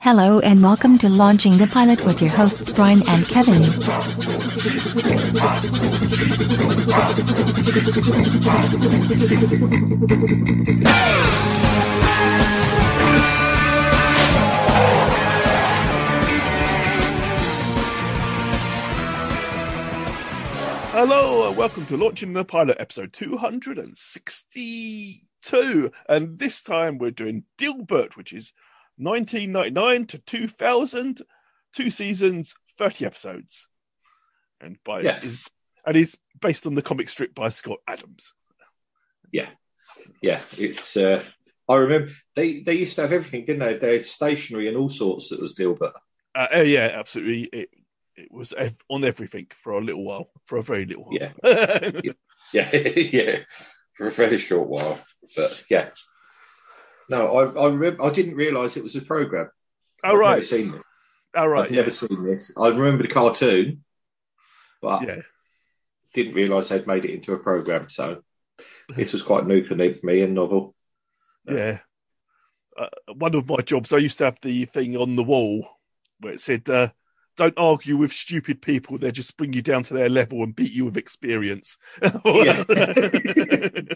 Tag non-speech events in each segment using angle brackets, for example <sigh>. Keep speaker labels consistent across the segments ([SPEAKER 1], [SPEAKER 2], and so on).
[SPEAKER 1] Hello and welcome to Launching the Pilot with your hosts Brian and Kevin.
[SPEAKER 2] Hello and welcome to Launching the Pilot episode 262. And this time we're doing Dilbert, which is 1999 to 2000, two seasons, 30 episodes. And by
[SPEAKER 3] Yeah.
[SPEAKER 2] is and is based on the comic strip by Scott Adams.
[SPEAKER 3] Yeah, it's. Uh, I remember they, they used to have everything, didn't they? They had stationery and all sorts that was Dilbert.
[SPEAKER 2] Uh, oh yeah, absolutely. It it was ev- on everything for a little while, for a very little while.
[SPEAKER 3] Yeah. <laughs> Yeah, yeah, for a very short while. But yeah, no, I I, remember, I didn't realise it was a program.
[SPEAKER 2] <laughs> all Oh,
[SPEAKER 3] Never
[SPEAKER 2] right,
[SPEAKER 3] seen this.
[SPEAKER 2] all
[SPEAKER 3] I've
[SPEAKER 2] right.
[SPEAKER 3] never
[SPEAKER 2] Yeah.
[SPEAKER 3] seen this. I remember the cartoon, but
[SPEAKER 2] yeah,
[SPEAKER 3] didn't realise they'd made it into a program. So this was quite new to me and
[SPEAKER 2] <laughs>
[SPEAKER 3] novel.
[SPEAKER 2] yeah. Uh, one of my jobs, I used to have the thing on the wall where it said, uh, "Don't argue with stupid people; they just bring you down to their level and beat you with experience."
[SPEAKER 3] Yeah.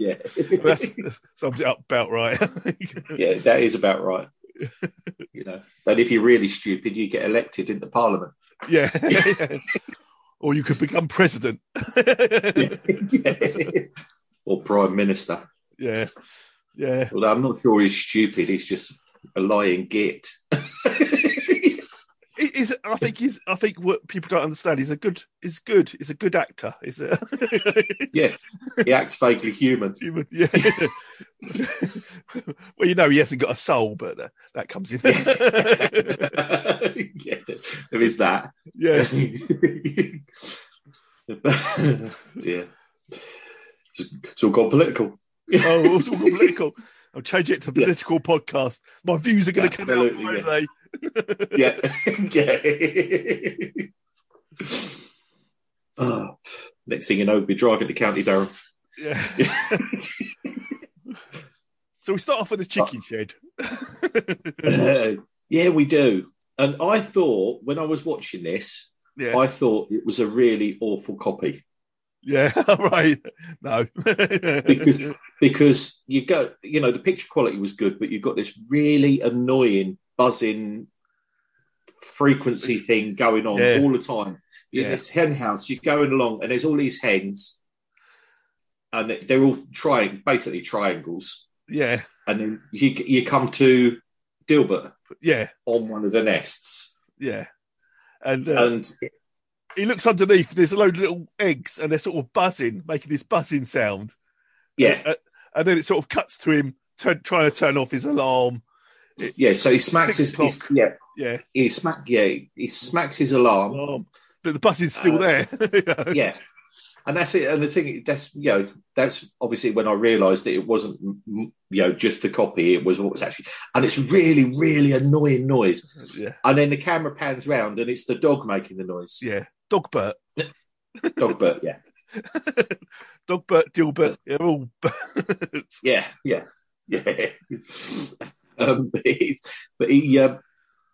[SPEAKER 3] Yeah,
[SPEAKER 2] <laughs>
[SPEAKER 3] <laughs>
[SPEAKER 2] That's, that sums it up about right. <laughs>
[SPEAKER 3] yeah, that is about right. You know, and if you're really stupid, you get elected into parliament.
[SPEAKER 2] yeah. <laughs> or you could become president.
[SPEAKER 3] <laughs> or prime minister.
[SPEAKER 2] <laughs> yeah, yeah.
[SPEAKER 3] Although I'm not sure he's stupid. He's just a lying git. <laughs>
[SPEAKER 2] Is, is I think he's I think what people don't understand he's a good is good he's a good actor is it <laughs>
[SPEAKER 3] yeah, he acts vaguely human. <laughs>
[SPEAKER 2] Human- yeah <laughs> well you know he hasn't got a soul but uh, that comes in
[SPEAKER 3] yeah, there is that.
[SPEAKER 2] <laughs>
[SPEAKER 3] <laughs>
[SPEAKER 2] yeah
[SPEAKER 3] Dear. It's, it's all gone political.
[SPEAKER 2] oh it's all gone political I'll change it to
[SPEAKER 3] Yeah.
[SPEAKER 2] political podcast my views are going to come out
[SPEAKER 3] Absolutely,
[SPEAKER 2] tomorrow,
[SPEAKER 3] yeah.
[SPEAKER 2] they
[SPEAKER 3] yeah, <laughs> yeah. <laughs> Ah, next thing you know, we'll be driving to County Durham.
[SPEAKER 2] yeah <laughs> so we start off with the chicken shed <laughs>
[SPEAKER 3] Uh, <laughs> yeah, we do. And I thought when I was watching this,
[SPEAKER 2] yeah
[SPEAKER 3] I thought it was a really awful copy
[SPEAKER 2] yeah <laughs> all right no
[SPEAKER 3] Because- because you go, you know, the picture quality was good, but you've got this really annoying buzzing frequency thing going on
[SPEAKER 2] Yeah.
[SPEAKER 3] all the time. In
[SPEAKER 2] Yeah.
[SPEAKER 3] this hen house, you're going along, and there's all these hens, and they're all trying basically triangles,
[SPEAKER 2] <laughs> yeah
[SPEAKER 3] and then you you come to Dilbert
[SPEAKER 2] yeah
[SPEAKER 3] on one of the nests,
[SPEAKER 2] yeah and uh,
[SPEAKER 3] and
[SPEAKER 2] he looks underneath. There's a load of little eggs, and they're sort of buzzing, making this buzzing sound.
[SPEAKER 3] yeah,
[SPEAKER 2] Uh, and then it sort of cuts to him turn, trying to turn off his alarm.
[SPEAKER 3] yeah. So he smacks
[SPEAKER 2] Six
[SPEAKER 3] his, his
[SPEAKER 2] o'clock.
[SPEAKER 3] yeah,
[SPEAKER 2] Yeah,
[SPEAKER 3] he smack yeah, he smacks his alarm.
[SPEAKER 2] alarm. But the buzzing's still
[SPEAKER 3] Uh,
[SPEAKER 2] there. <laughs> you know?
[SPEAKER 3] yeah and that's it and the thing that's you know that's obviously when i realized that it wasn't m- m- you know just the copy it was what was actually and it's really really annoying noise
[SPEAKER 2] yeah,
[SPEAKER 3] and then the camera pans round and it's the dog making the noise
[SPEAKER 2] yeah. Dogbert,
[SPEAKER 3] dog but yeah
[SPEAKER 2] Dogbert, Dilbert, they're all <laughs> birds.
[SPEAKER 3] yeah yeah yeah <laughs> um, but, he's, but he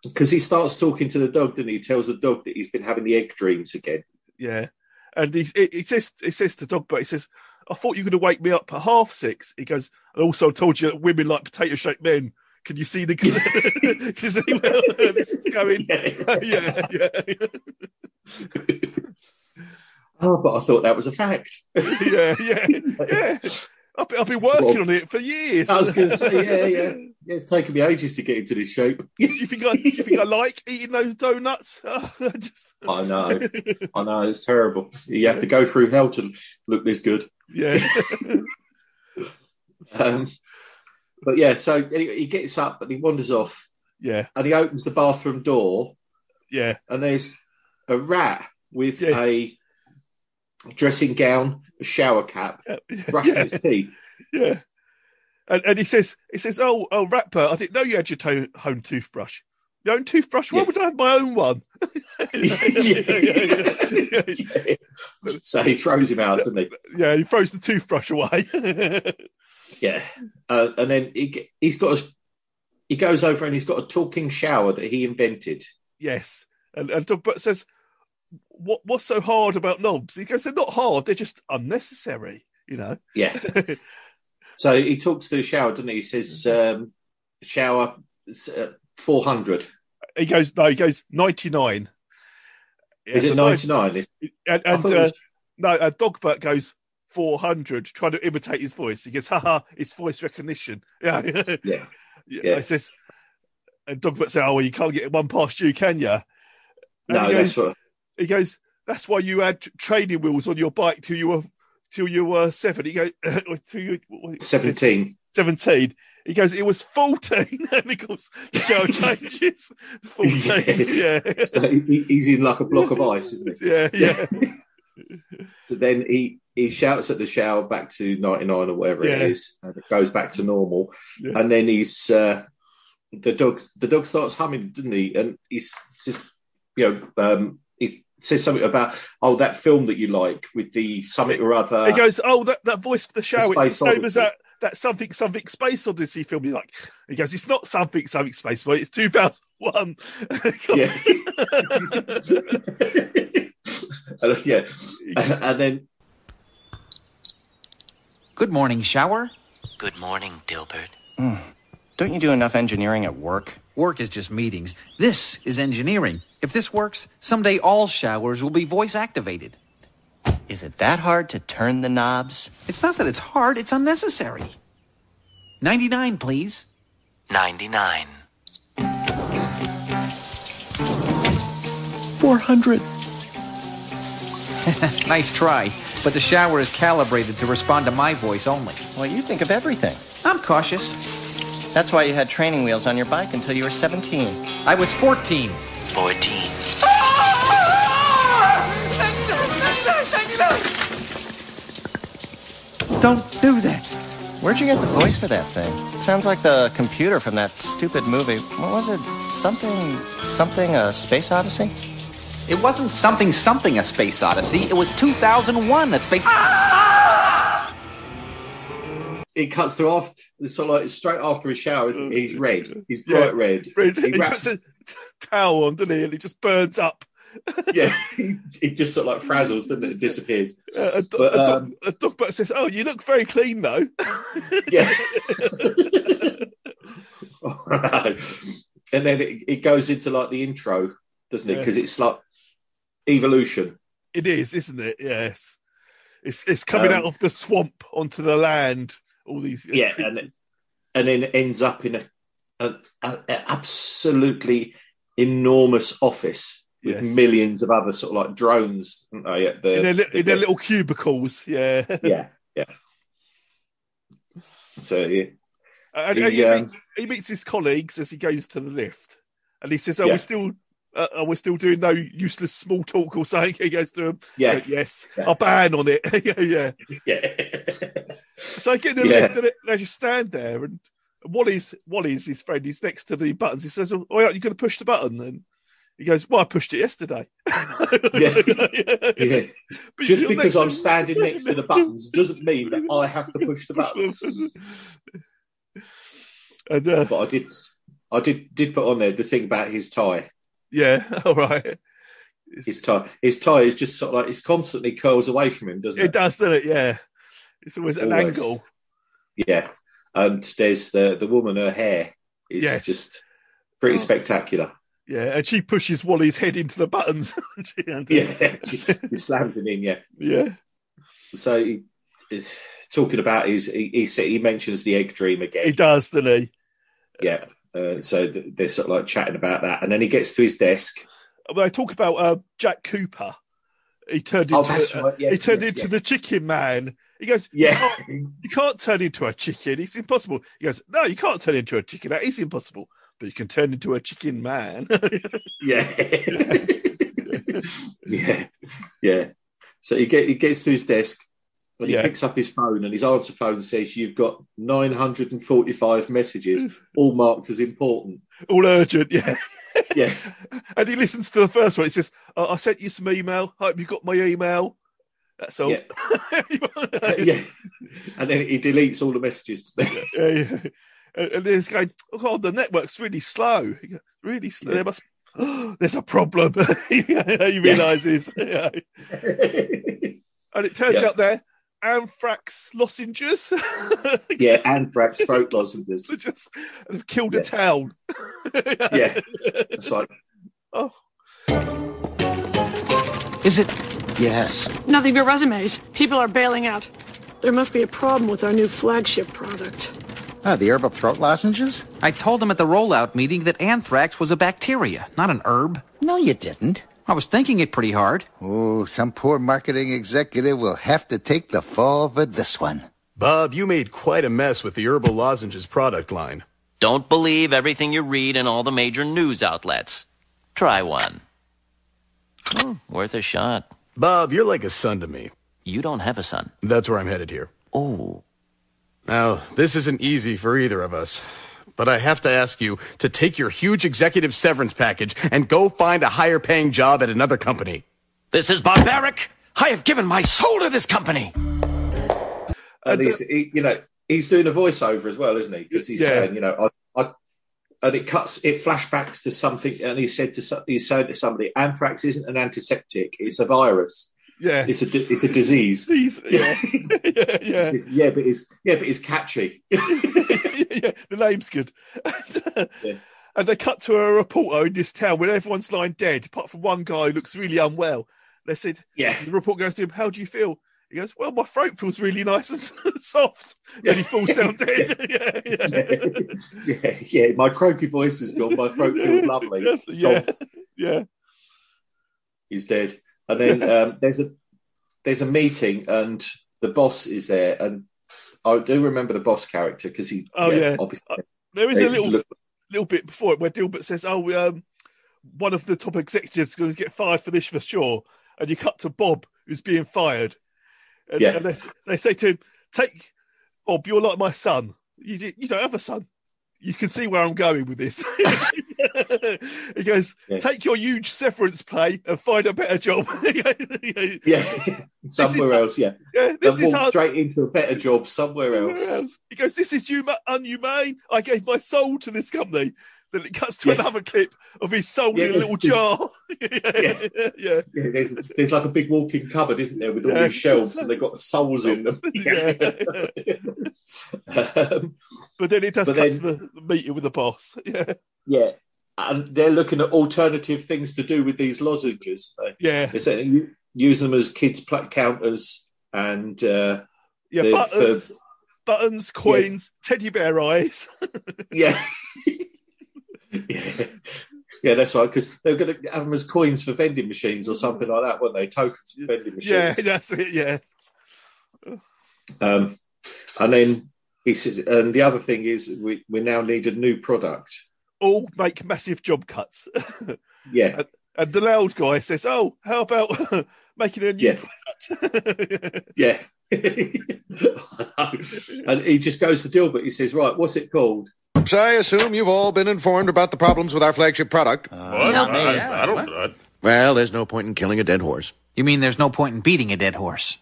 [SPEAKER 3] because he starts talking to the dog and he He tells the dog that he's been having the egg
[SPEAKER 2] <laughs>
[SPEAKER 3] dreams again <laughs>
[SPEAKER 2] Yeah, and he, it, it says it says to Dogbert, it says, "I thought you were going to wake me up at half six. He goes, "And also told you that women like potato shaped men." Can you see
[SPEAKER 3] <laughs>
[SPEAKER 2] the? <laughs> Can you see where this is going? <laughs> yeah, yeah.
[SPEAKER 3] oh but i thought that was a fact
[SPEAKER 2] yeah, <laughs> yeah, yeah. I've been, I've been working
[SPEAKER 3] Well,
[SPEAKER 2] on it for years.
[SPEAKER 3] I was going to say, yeah, yeah, yeah. It's taken me ages to get into this shape.
[SPEAKER 2] Do you think I? Do you think I like eating those donuts? <laughs> I just,
[SPEAKER 3] I know, I know, it's terrible. You have to go through hell to look this good.
[SPEAKER 2] yeah,
[SPEAKER 3] Um, but yeah, so anyway, he gets up and he wanders off
[SPEAKER 2] yeah,
[SPEAKER 3] and he opens the bathroom door
[SPEAKER 2] yeah,
[SPEAKER 3] and there's a rat with
[SPEAKER 2] Yeah.
[SPEAKER 3] a dressing gown, a shower cap,
[SPEAKER 2] <laughs>
[SPEAKER 3] brushing
[SPEAKER 2] yeah,
[SPEAKER 3] his teeth. <laughs>
[SPEAKER 2] yeah. And, and he says, he says, oh, oh, rapper, I didn't know you had your to- home toothbrush. Your own toothbrush? Why
[SPEAKER 3] Yeah.
[SPEAKER 2] would I have my own one? <laughs> yeah, yeah, yeah, yeah.
[SPEAKER 3] So he throws him out, doesn't he?
[SPEAKER 2] Yeah, he throws the toothbrush away.
[SPEAKER 3] Yeah, uh, and then he, ge- he's got a he goes over and he's got a talking shower that he invented.
[SPEAKER 2] <laughs> Yes. And, and Doug Burt says, what, What's so hard about knobs? He goes, They're not hard, they're just unnecessary, you know? <laughs>
[SPEAKER 3] Yeah. so he talks to the shower, doesn't he? He says,
[SPEAKER 2] Mm-hmm.
[SPEAKER 3] um, shower uh, 400.
[SPEAKER 2] He goes, No, he goes, 99.
[SPEAKER 3] Is
[SPEAKER 2] Yeah, so
[SPEAKER 3] it 99? It's-
[SPEAKER 2] And,
[SPEAKER 3] I
[SPEAKER 2] and
[SPEAKER 3] thought it
[SPEAKER 2] uh,
[SPEAKER 3] was-
[SPEAKER 2] no, uh, Dogbert goes 400, trying to imitate his voice. He goes, haha, it's voice recognition. <laughs> Yeah. yeah.
[SPEAKER 3] yeah. Yeah.
[SPEAKER 2] yeah. It's this, and Dogbert says, oh, well, you can't get one past you, can you? And
[SPEAKER 3] No,
[SPEAKER 2] he,
[SPEAKER 3] that's
[SPEAKER 2] goes,
[SPEAKER 3] what.
[SPEAKER 2] he goes, that's why you had training wheels on your bike till you were till you were seven. He <laughs> goes, till you, what was it?
[SPEAKER 3] 17.
[SPEAKER 2] 17. He goes, it was 14. <laughs> and of course, the
[SPEAKER 3] <laughs>
[SPEAKER 2] show changes. <laughs> 14. Yeah.
[SPEAKER 3] So <laughs> he- he's in like a block of ice, isn't
[SPEAKER 2] <laughs>
[SPEAKER 3] he?
[SPEAKER 2] Yeah. Yeah.
[SPEAKER 3] But then he he shouts at the shower back to 99 or whatever it
[SPEAKER 2] Yeah.
[SPEAKER 3] is and it goes back to normal
[SPEAKER 2] Yeah.
[SPEAKER 3] and then he's uh, the dog the dog starts humming doesn't he and he's says, you know um he says something about oh that film that you like with the something or other
[SPEAKER 2] He goes, oh, that, that voice for the show,
[SPEAKER 3] Space
[SPEAKER 2] it's the same as
[SPEAKER 3] Odyssey.
[SPEAKER 2] that, that something, something Space Odyssey film. He's like, he goes, it's not something, something Space Odyssey, it's <laughs> 2001.
[SPEAKER 3] yes and, yeah <laughs> and then
[SPEAKER 4] Good morning, shower.
[SPEAKER 5] Good morning, Dilbert.
[SPEAKER 6] Don't you do enough engineering at work?
[SPEAKER 4] Work is just meetings. This is engineering. If this works, someday all showers will be voice activated.
[SPEAKER 6] Is it that hard to turn the knobs?
[SPEAKER 4] It's not that it's hard, it's unnecessary. 99, please.
[SPEAKER 5] 99.
[SPEAKER 6] 400.
[SPEAKER 4] Nice try, but the shower is calibrated to respond to my voice only.
[SPEAKER 6] Well, you think of everything.
[SPEAKER 4] I'm cautious.
[SPEAKER 6] That's why you had training wheels on your bike until you were 17.
[SPEAKER 4] I was 14.
[SPEAKER 5] 14.
[SPEAKER 4] Don't do that.
[SPEAKER 6] Where'd you get the voice for that thing? Sounds like the computer from that stupid movie. What was it? Something, something, a space odyssey?
[SPEAKER 4] It wasn't something something a space odyssey. It was 2001 a space.
[SPEAKER 3] it cuts to off so like straight after his shower isn't it? he's red he's
[SPEAKER 2] Uh, Yeah.
[SPEAKER 3] bright red
[SPEAKER 2] Red-
[SPEAKER 3] He
[SPEAKER 2] <laughs> he
[SPEAKER 3] wraps-
[SPEAKER 2] puts a towel on, doesn't he? And it just burns up.
[SPEAKER 3] <laughs> yeah, it just sort of like frazzles, doesn't it? It disappears.
[SPEAKER 2] <laughs> Uh, and Do-
[SPEAKER 3] But,
[SPEAKER 2] and Do-
[SPEAKER 3] um,
[SPEAKER 2] and Dogbert says, oh, you look very clean,
[SPEAKER 3] <laughs>
[SPEAKER 2] though. <laughs>
[SPEAKER 3] yeah. All right. And then it, it goes into like the intro, doesn't it?
[SPEAKER 2] Yeah.
[SPEAKER 3] Because it's like evolution.
[SPEAKER 2] It is, isn't it? Yes. It's it's coming
[SPEAKER 3] Um,
[SPEAKER 2] out of the swamp onto the land. All these uh,
[SPEAKER 3] Yeah.
[SPEAKER 2] creatures.
[SPEAKER 3] And, and then it ends up in a, a, a, a absolutely enormous office with
[SPEAKER 2] Yes.
[SPEAKER 3] millions of other sort of like drones, aren't they? At the,
[SPEAKER 2] in, their, li-
[SPEAKER 3] the-
[SPEAKER 2] in their little cubicles. Yeah.
[SPEAKER 3] <laughs> yeah. Yeah. So, yeah.
[SPEAKER 2] Uh, And,
[SPEAKER 3] The,
[SPEAKER 2] and he, meet-
[SPEAKER 3] um,
[SPEAKER 2] he meets his colleagues as he goes to the lift, and he says, "Are
[SPEAKER 3] Yeah.
[SPEAKER 2] we still? Uh, are we still doing no useless small talk or something?" <laughs> He goes to him,
[SPEAKER 3] Yeah.
[SPEAKER 2] yes,
[SPEAKER 3] Yeah.
[SPEAKER 2] a ban on it." <laughs> yeah, yeah.
[SPEAKER 3] Yeah.
[SPEAKER 2] So I get in the
[SPEAKER 3] Yeah.
[SPEAKER 2] lift, and it- they just stand there, and Wally's Wally's his friend. He's next to the buttons. He says, "Oh, yeah, you're going to push the button?" And he goes, "Well, I pushed it yesterday." <laughs>
[SPEAKER 3] yeah.
[SPEAKER 2] But
[SPEAKER 3] Just
[SPEAKER 2] you're next
[SPEAKER 3] because
[SPEAKER 2] to-
[SPEAKER 3] I'm standing
[SPEAKER 2] you're
[SPEAKER 3] next to the buttons doesn't mean that I have to push
[SPEAKER 2] <laughs>
[SPEAKER 3] the
[SPEAKER 2] Push
[SPEAKER 3] button.
[SPEAKER 2] <laughs> and uh,
[SPEAKER 3] But I did, I did, did put on there the thing about his tie.
[SPEAKER 2] yeah, <laughs> all right.
[SPEAKER 3] His tie, his tie is just sort of like it's constantly curls away from him, doesn't
[SPEAKER 2] It
[SPEAKER 3] it?
[SPEAKER 2] does, doesn't it? Yeah. It's always, an
[SPEAKER 3] Always.
[SPEAKER 2] angle.
[SPEAKER 3] Yeah. And there's the the woman. Her hair is
[SPEAKER 2] Yes.
[SPEAKER 3] just pretty spectacular. <laughs>
[SPEAKER 2] Yeah. And she pushes Wally's head into the buttons. <laughs> And, uh,
[SPEAKER 3] Yeah, she, she slams him in. Yeah.
[SPEAKER 2] yeah.
[SPEAKER 3] So he, it's talking about his, he, he said he mentions the egg dream again.
[SPEAKER 2] He does, doesn't he?
[SPEAKER 3] Yeah. Uh, so th- they're sort of like chatting about that, and then he gets to his desk.
[SPEAKER 2] When I talk about uh, Jack Cooper, he turned into,
[SPEAKER 3] Oh, that's
[SPEAKER 2] uh,
[SPEAKER 3] right. Yes,
[SPEAKER 2] he turned
[SPEAKER 3] yes,
[SPEAKER 2] into
[SPEAKER 3] yes.
[SPEAKER 2] the chicken man. He goes, you,
[SPEAKER 3] Yeah.
[SPEAKER 2] can't, you can't turn into a chicken. It's impossible. He goes, No, you can't turn into a chicken. That is impossible. But you can turn into a chicken man.
[SPEAKER 3] <laughs>
[SPEAKER 2] <laughs>
[SPEAKER 3] Yeah. yeah. Yeah. So he, get, he gets to his desk and he
[SPEAKER 2] Yeah.
[SPEAKER 3] picks up his phone and his answer phone says, You've got 945 messages, all marked as important.
[SPEAKER 2] All urgent. Yeah.
[SPEAKER 3] Yeah.
[SPEAKER 2] and he listens to the first one. He says, "I I sent you some email. Hope you got my email." That's all. <laughs>
[SPEAKER 3] Yeah. yeah. And then he deletes all the messages. <laughs>
[SPEAKER 2] Yeah, yeah. And, Uh, <laughs> and this guy, oh god, the network's really slow. He goes, Really slow. There must. <gasps> there's a problem. <laughs> he
[SPEAKER 7] <laughs>
[SPEAKER 2] realizes. And it turns
[SPEAKER 3] Yeah.
[SPEAKER 2] out they're anthrax lozenges. <laughs>
[SPEAKER 3] yeah, and perhaps throat lozenges.
[SPEAKER 2] They just they've killed
[SPEAKER 3] Yeah.
[SPEAKER 2] a town.
[SPEAKER 3] Yeah, it's like
[SPEAKER 2] Oh,
[SPEAKER 4] Is it
[SPEAKER 6] Yes.
[SPEAKER 8] Nothing but resumes. People are bailing out. There must be a problem with our new flagship product.
[SPEAKER 9] Ah, the herbal throat lozenges?
[SPEAKER 4] I told them at the rollout meeting that anthrax was a bacteria, not an herb.
[SPEAKER 9] No, you didn't.
[SPEAKER 4] I was thinking it pretty hard.
[SPEAKER 9] Oh, some poor marketing executive will have to take the fall for this one.
[SPEAKER 7] Bob, you made quite a mess with the herbal lozenges product line.
[SPEAKER 5] Don't believe everything you read in all the major news outlets. Try one. Hmm, worth a shot.
[SPEAKER 7] Bob, you're like a son to me.
[SPEAKER 5] You don't have a son.
[SPEAKER 7] That's where I'm headed here.
[SPEAKER 5] Oh,
[SPEAKER 7] Now, this isn't easy for either of us, but I have to ask you to take your huge executive severance package and go find a higher paying job at another company.
[SPEAKER 5] this is barbaric. I have given my soul to this company.
[SPEAKER 3] and he's he, you know he's doing a voiceover as well, isn't he? Because he's
[SPEAKER 2] Yeah.
[SPEAKER 3] saying you know I, I and it cuts it flashbacks to something, and he said to so- he said to somebody, anthrax isn't an antiseptic; it's a virus.
[SPEAKER 2] yeah.
[SPEAKER 3] It's a di- it's a
[SPEAKER 2] <laughs>
[SPEAKER 3] disease.
[SPEAKER 2] These, yeah. <laughs> yeah,
[SPEAKER 3] <laughs>
[SPEAKER 2] yeah,
[SPEAKER 3] Yeah, but it's yeah, but it's catchy. <laughs>
[SPEAKER 2] yeah, the name's good. <laughs> And,
[SPEAKER 3] Yeah.
[SPEAKER 2] they cut to a reporter in this town where everyone's lying dead, apart from one guy who looks really unwell. They said,
[SPEAKER 3] Yeah. <laughs>
[SPEAKER 2] The reporter goes to him, How do you feel? He goes, Well, my throat feels really nice and <laughs> soft. And he
[SPEAKER 3] <laughs>
[SPEAKER 2] falls down dead. yeah, <laughs> yeah.
[SPEAKER 3] yeah, yeah, my croaky voice is gone. My
[SPEAKER 2] <laughs>
[SPEAKER 3] throat feels lovely.
[SPEAKER 2] Yes, yeah, yeah.
[SPEAKER 3] He's dead. And
[SPEAKER 2] <laughs>
[SPEAKER 3] then um, there's a there's a meeting, and the boss is there, and I do remember the boss character because he.
[SPEAKER 2] Oh, yeah.
[SPEAKER 3] obviously.
[SPEAKER 2] There is a little
[SPEAKER 3] look-
[SPEAKER 2] little bit before it where Dilbert says, "Oh, um, one of the top executives is going to get fired for this for sure," and you cut to Bob who's being fired, and,
[SPEAKER 3] Yeah.
[SPEAKER 2] and they, s- they say to him, "Take Bob, you're like my son. You d- you don't have a son. You can see where I'm going with this." <laughs> he goes,
[SPEAKER 3] Yes.
[SPEAKER 2] "Take your huge severance pay and find a better job."
[SPEAKER 3] <laughs>
[SPEAKER 2] <laughs>
[SPEAKER 3] yeah, somewhere else. Yeah,
[SPEAKER 2] Yeah,
[SPEAKER 3] they
[SPEAKER 2] this is
[SPEAKER 3] walk
[SPEAKER 2] hard.
[SPEAKER 3] straight into a better job somewhere else.
[SPEAKER 2] He goes, "This is huma- unhumane. I gave my soul to this company." Then it cuts to
[SPEAKER 3] Yeah.
[SPEAKER 2] another clip of his soul
[SPEAKER 3] Yeah,
[SPEAKER 2] in a little
[SPEAKER 3] it's-
[SPEAKER 2] jar. <laughs> yeah, yeah,
[SPEAKER 3] Yeah, there's, there's like a big walking cupboard, isn't there, with all
[SPEAKER 2] Yeah.
[SPEAKER 3] these shelves, and they've got souls in
[SPEAKER 2] <laughs>
[SPEAKER 3] them. <laughs>
[SPEAKER 2] Yeah.
[SPEAKER 3] um,
[SPEAKER 2] But then it does cut
[SPEAKER 3] But then-
[SPEAKER 2] to the the meeting with the boss. <laughs> Yeah,
[SPEAKER 3] Yeah. And they're looking at alternative things to do with these lozenges.
[SPEAKER 2] yeah,
[SPEAKER 3] They say you use them as kids' pla- counters and uh,
[SPEAKER 2] yeah.
[SPEAKER 3] the-
[SPEAKER 2] buttons,
[SPEAKER 3] the-
[SPEAKER 2] buttons, coins, teddy bear eyes. <laughs>
[SPEAKER 3] yeah. yeah. <laughs> Yeah, that's right. Because they were going to have them as coins for vending machines or something like that, weren't they? Tokens for vending
[SPEAKER 2] yeah,
[SPEAKER 3] machines.
[SPEAKER 2] that's it. Yeah,
[SPEAKER 3] Um, and then he says, and the other thing is we, we now need a new product.
[SPEAKER 2] all make massive job cuts. <laughs>
[SPEAKER 3] Yeah.
[SPEAKER 2] and the loud guy says, "Oh, how about <laughs> making a new
[SPEAKER 3] Yeah.
[SPEAKER 2] product?" <laughs>
[SPEAKER 3] Yeah. <laughs> and he just goes to Dilbert. He says, right, what's it called?
[SPEAKER 7] So I assume you've all been informed about the problems with our flagship product.
[SPEAKER 6] Uh, not me.
[SPEAKER 4] Yeah, what?
[SPEAKER 7] Well, there's no point in killing a dead horse.
[SPEAKER 4] You mean there's no point in beating a dead horse?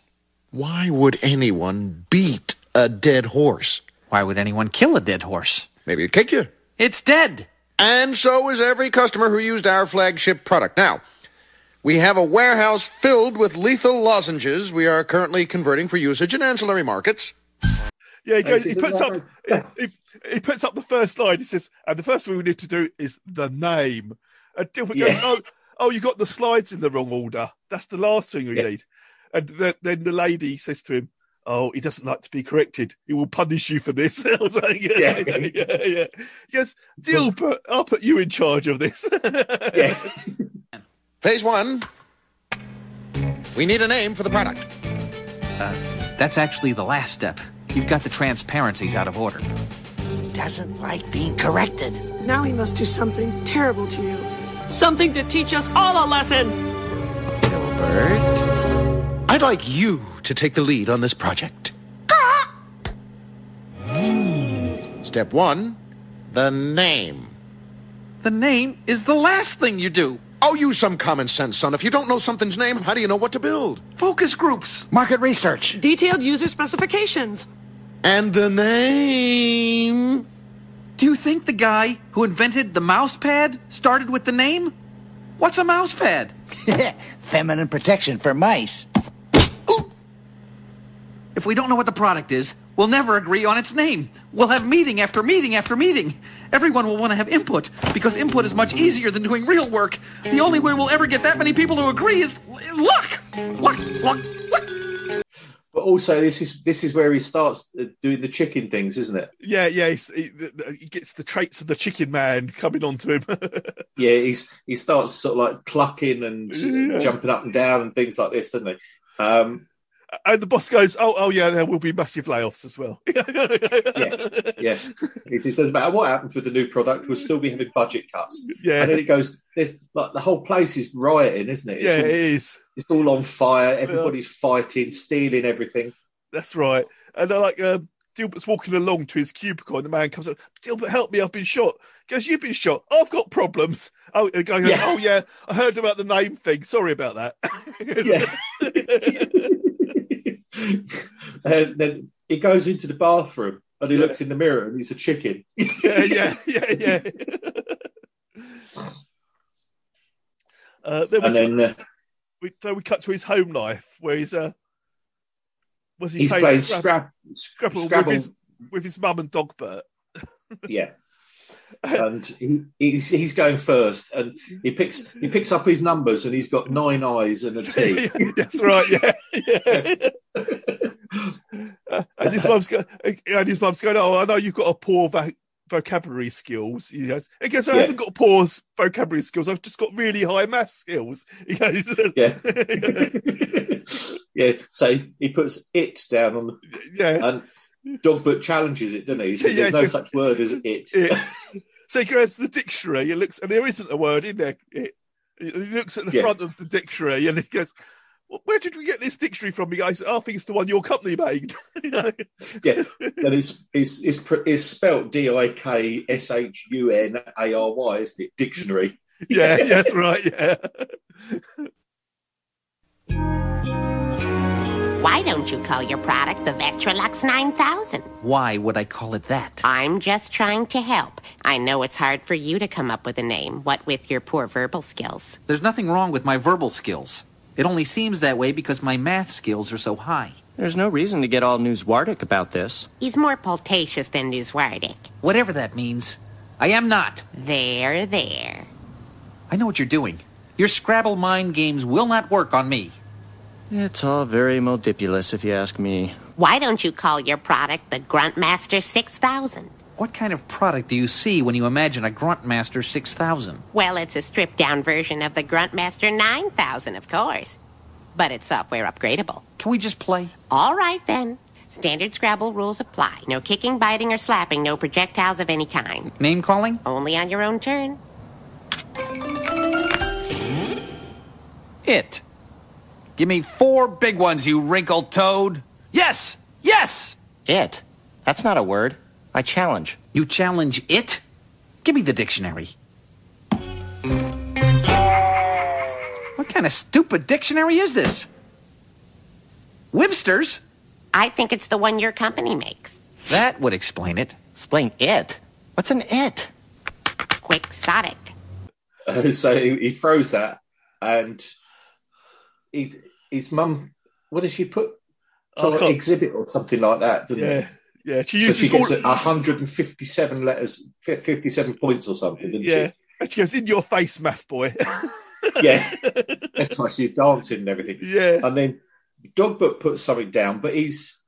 [SPEAKER 7] Why would anyone beat a dead horse?
[SPEAKER 4] Why would anyone kill a dead horse?
[SPEAKER 7] Maybe it'd kick you.
[SPEAKER 4] It's dead.
[SPEAKER 7] And so is every customer who used our flagship product. Now, we have a warehouse filled with lethal lozenges we are currently converting for usage in ancillary markets.
[SPEAKER 2] Yeah, he, goes,
[SPEAKER 3] this
[SPEAKER 2] he
[SPEAKER 3] is
[SPEAKER 2] puts up
[SPEAKER 3] what
[SPEAKER 2] he, he puts up the first line. He says, and the first thing we need to do is the name. And Dilbert goes,
[SPEAKER 3] Yeah.
[SPEAKER 2] oh, oh, you got the slides in the wrong order. That's the last thing we
[SPEAKER 3] Yeah.
[SPEAKER 2] need. And th- then the lady says to him, oh, he doesn't like to be corrected. He will punish you for this. <laughs> I was like, yeah,
[SPEAKER 3] Yeah.
[SPEAKER 2] yeah, yeah. He goes, Dilbert, I'll put you in charge of this. <laughs>
[SPEAKER 3] Yeah.
[SPEAKER 7] Phase one we need a name for the product.
[SPEAKER 4] That's actually the last step. You've got the transparencies out of order.
[SPEAKER 9] Doesn't like being corrected.
[SPEAKER 8] Now he must do something terrible to you. Something to teach us all a lesson!
[SPEAKER 7] Gilbert, I'd like you to take the lead on this project. Step one the name.
[SPEAKER 4] The name is the last thing you do.
[SPEAKER 7] Oh, use some common sense, son. If you don't know something's name, how do you know what to build?
[SPEAKER 4] Focus groups.
[SPEAKER 9] Market research.
[SPEAKER 8] Detailed user specifications.
[SPEAKER 7] And the name
[SPEAKER 4] Do you think the guy who invented the mouse pad started with the name? What's a mouse pad?
[SPEAKER 10] <laughs> Feminine protection for mice.
[SPEAKER 4] If we don't know what the product is, we'll never agree on its name. We'll have meeting after meeting after meeting. Everyone will want to have input because input is much easier than doing real work. The only way we'll ever get that many people to agree is luck. Luck, luck.
[SPEAKER 3] But also, this is this is where he starts uh, doing the chicken things, isn't it?
[SPEAKER 2] Yeah, yeah. He's, he, the- he gets the traits of the chicken man coming onto him. <laughs>
[SPEAKER 3] Yeah, he's he starts sort of like clucking and
[SPEAKER 2] Yeah.
[SPEAKER 3] jumping up and down and things like this, doesn't he? Um,
[SPEAKER 2] and the boss goes, "Oh, oh yeah, there will be massive layoffs as well." <laughs>
[SPEAKER 3] yeah, yeah. It, it doesn't matter what happens with the new product; we'll still be having budget cuts.
[SPEAKER 2] Yeah.
[SPEAKER 3] and then it goes. There's like the whole place is rioting, isn't it? It's
[SPEAKER 2] yeah,
[SPEAKER 3] all,
[SPEAKER 2] it is.
[SPEAKER 3] It's all on fire. Everybody's fighting, stealing everything.
[SPEAKER 2] That's right. And they're like, um, Dilbert's walking along to his cubicle, and the man comes up. Dilbert, help me! I've been shot. He goes, you've been shot. I've got problems. Oh, the guy goes,
[SPEAKER 3] Yeah.
[SPEAKER 2] oh yeah, I heard about the name thing. Sorry about that. <laughs>
[SPEAKER 3] Yeah. <laughs> and then he goes into the bathroom and he looks in the mirror and he's a chicken.
[SPEAKER 2] yeah, yeah, yeah, yeah. uh, then we,
[SPEAKER 3] And then uh,
[SPEAKER 2] we, so we cut to his home life, where he's uh, was he
[SPEAKER 3] he's
[SPEAKER 2] playing,
[SPEAKER 3] playing
[SPEAKER 2] Scrab-
[SPEAKER 3] Scrab-
[SPEAKER 2] Scrabble,
[SPEAKER 3] Scrabble.
[SPEAKER 2] with his with his mum and Dogbert?
[SPEAKER 3] yeah. And he, he's he's going first, and he picks he picks up his numbers, and he's got nine
[SPEAKER 2] <laughs>
[SPEAKER 3] eyes and a T.
[SPEAKER 2] <laughs> Yeah, that's right. Yeah, yeah. Uh, <laughs> and his mum's go, and his mum's going. Oh, I know you've got a poor voc- vocabulary skills. He goes. He goes. I
[SPEAKER 3] Yeah.
[SPEAKER 2] haven't got poor s- vocabulary skills. I've just got really high math skills. <laughs> He goes. <laughs>
[SPEAKER 3] Yeah. yeah, so he puts it down on the
[SPEAKER 2] yeah.
[SPEAKER 3] and Dogbert challenges it, doesn't he? He says
[SPEAKER 2] Yeah,
[SPEAKER 3] There's no
[SPEAKER 2] it's
[SPEAKER 3] such word as it.
[SPEAKER 2] <laughs> It. So he grabs the dictionary. He looks, and there isn't a word in there. It, he looks at the
[SPEAKER 3] Yeah.
[SPEAKER 2] front of the dictionary, and he goes. "Well, Where did we get this dictionary from? He goes, "Oh, I think it's the one your company made. <laughs> you know?
[SPEAKER 3] <laughs> yeah, and it's it's it's, pr- it's spelt D I K S H U N A R Y, isn't it? Dictionary. <laughs>
[SPEAKER 2] yeah, yeah, that's right. Yeah.
[SPEAKER 11] Why don't you call your product the Vectrolux 9000?
[SPEAKER 4] Why would I call it that?
[SPEAKER 11] I'm just trying to help. I know it's hard for you to come up with a name, what with your poor verbal skills.
[SPEAKER 4] There's nothing wrong with my verbal skills. It only seems that way because my math skills are so high.
[SPEAKER 6] There's no reason to get all newswartic about this.
[SPEAKER 11] He's more potacious than Newswardic.
[SPEAKER 4] Whatever that means, I am not.
[SPEAKER 11] There, there.
[SPEAKER 4] I know what you're doing. Your Scrabble mind games will not work on me.
[SPEAKER 6] It's all very modipulous, if you ask me.
[SPEAKER 11] Why don't you call your product the Gruntmaster 6000?
[SPEAKER 4] What kind of product do you see when you imagine a Gruntmaster 6000?
[SPEAKER 11] Well, it's a stripped down version of the Gruntmaster 9000, of course. But it's software upgradable.
[SPEAKER 4] Can we just play?
[SPEAKER 11] All right, then. Standard Scrabble rules apply. No kicking, biting, or slapping. No projectiles of any kind.
[SPEAKER 4] Name calling?
[SPEAKER 11] Only on your own turn.
[SPEAKER 4] It. Give me four big ones, you wrinkled toad. Yes! Yes!
[SPEAKER 6] It. That's not a word. I challenge.
[SPEAKER 4] You challenge it? Give me the dictionary. What kind of stupid dictionary is this? Webster's?
[SPEAKER 11] I think it's the one your company makes.
[SPEAKER 4] That would explain it.
[SPEAKER 6] Explain it. What's an it?
[SPEAKER 11] Quixotic.
[SPEAKER 3] Uh, <laughs> so he, he throws that, and he, his mum. What does she put? Sort
[SPEAKER 2] Oh, I
[SPEAKER 3] of
[SPEAKER 2] can't-
[SPEAKER 3] exhibit or something like that, doesn't
[SPEAKER 2] Yeah,
[SPEAKER 3] it?
[SPEAKER 2] yeah. She
[SPEAKER 3] So she
[SPEAKER 2] uses
[SPEAKER 3] gets
[SPEAKER 2] all.
[SPEAKER 3] 157 letters, fi- 57 points or something, didn't
[SPEAKER 2] yeah, and she goes in your face, math boy. <laughs>
[SPEAKER 3] she? <laughs> Yeah. That's like she's dancing and everything.
[SPEAKER 2] yeah,
[SPEAKER 3] And then Dogbert puts something down, but he's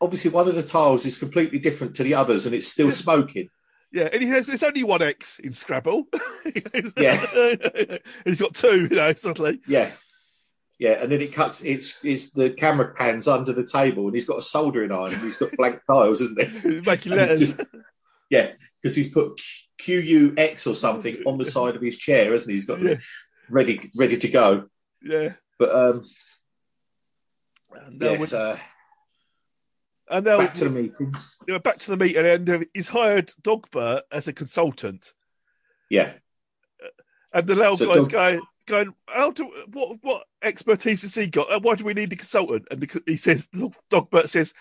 [SPEAKER 3] obviously one of the tiles is completely different to the others and it's still smoking.
[SPEAKER 2] yeah. And he says there's only one X in Scrabble. <laughs>
[SPEAKER 3] Yeah.
[SPEAKER 2] and <laughs> he's got two. You know, suddenly.
[SPEAKER 3] Yeah. Yeah, and then it cuts. It's it's the camera pans under the table, and he's got a soldering iron. And he's got blank <laughs> tiles, isn't
[SPEAKER 2] <laughs> Making
[SPEAKER 3] he? And he's
[SPEAKER 2] letters.
[SPEAKER 3] just- yeah, because he's put Q U X or something on the side of his chair, isn't he? He's got
[SPEAKER 2] Yeah.
[SPEAKER 3] ready ready to go.
[SPEAKER 2] Yeah.
[SPEAKER 3] But um,
[SPEAKER 2] And now,
[SPEAKER 3] yes, uh,
[SPEAKER 2] we- and now
[SPEAKER 3] back to the meeting.
[SPEAKER 2] you know, back to the meeting, and uh, he's hired Dogbert as a consultant,
[SPEAKER 3] Yeah,
[SPEAKER 2] and the little
[SPEAKER 3] So
[SPEAKER 2] guy's
[SPEAKER 3] Dog-
[SPEAKER 2] going, going, how do what what expertise has he got? And why do we need a consultant? And the, co- he says, Dogbert says.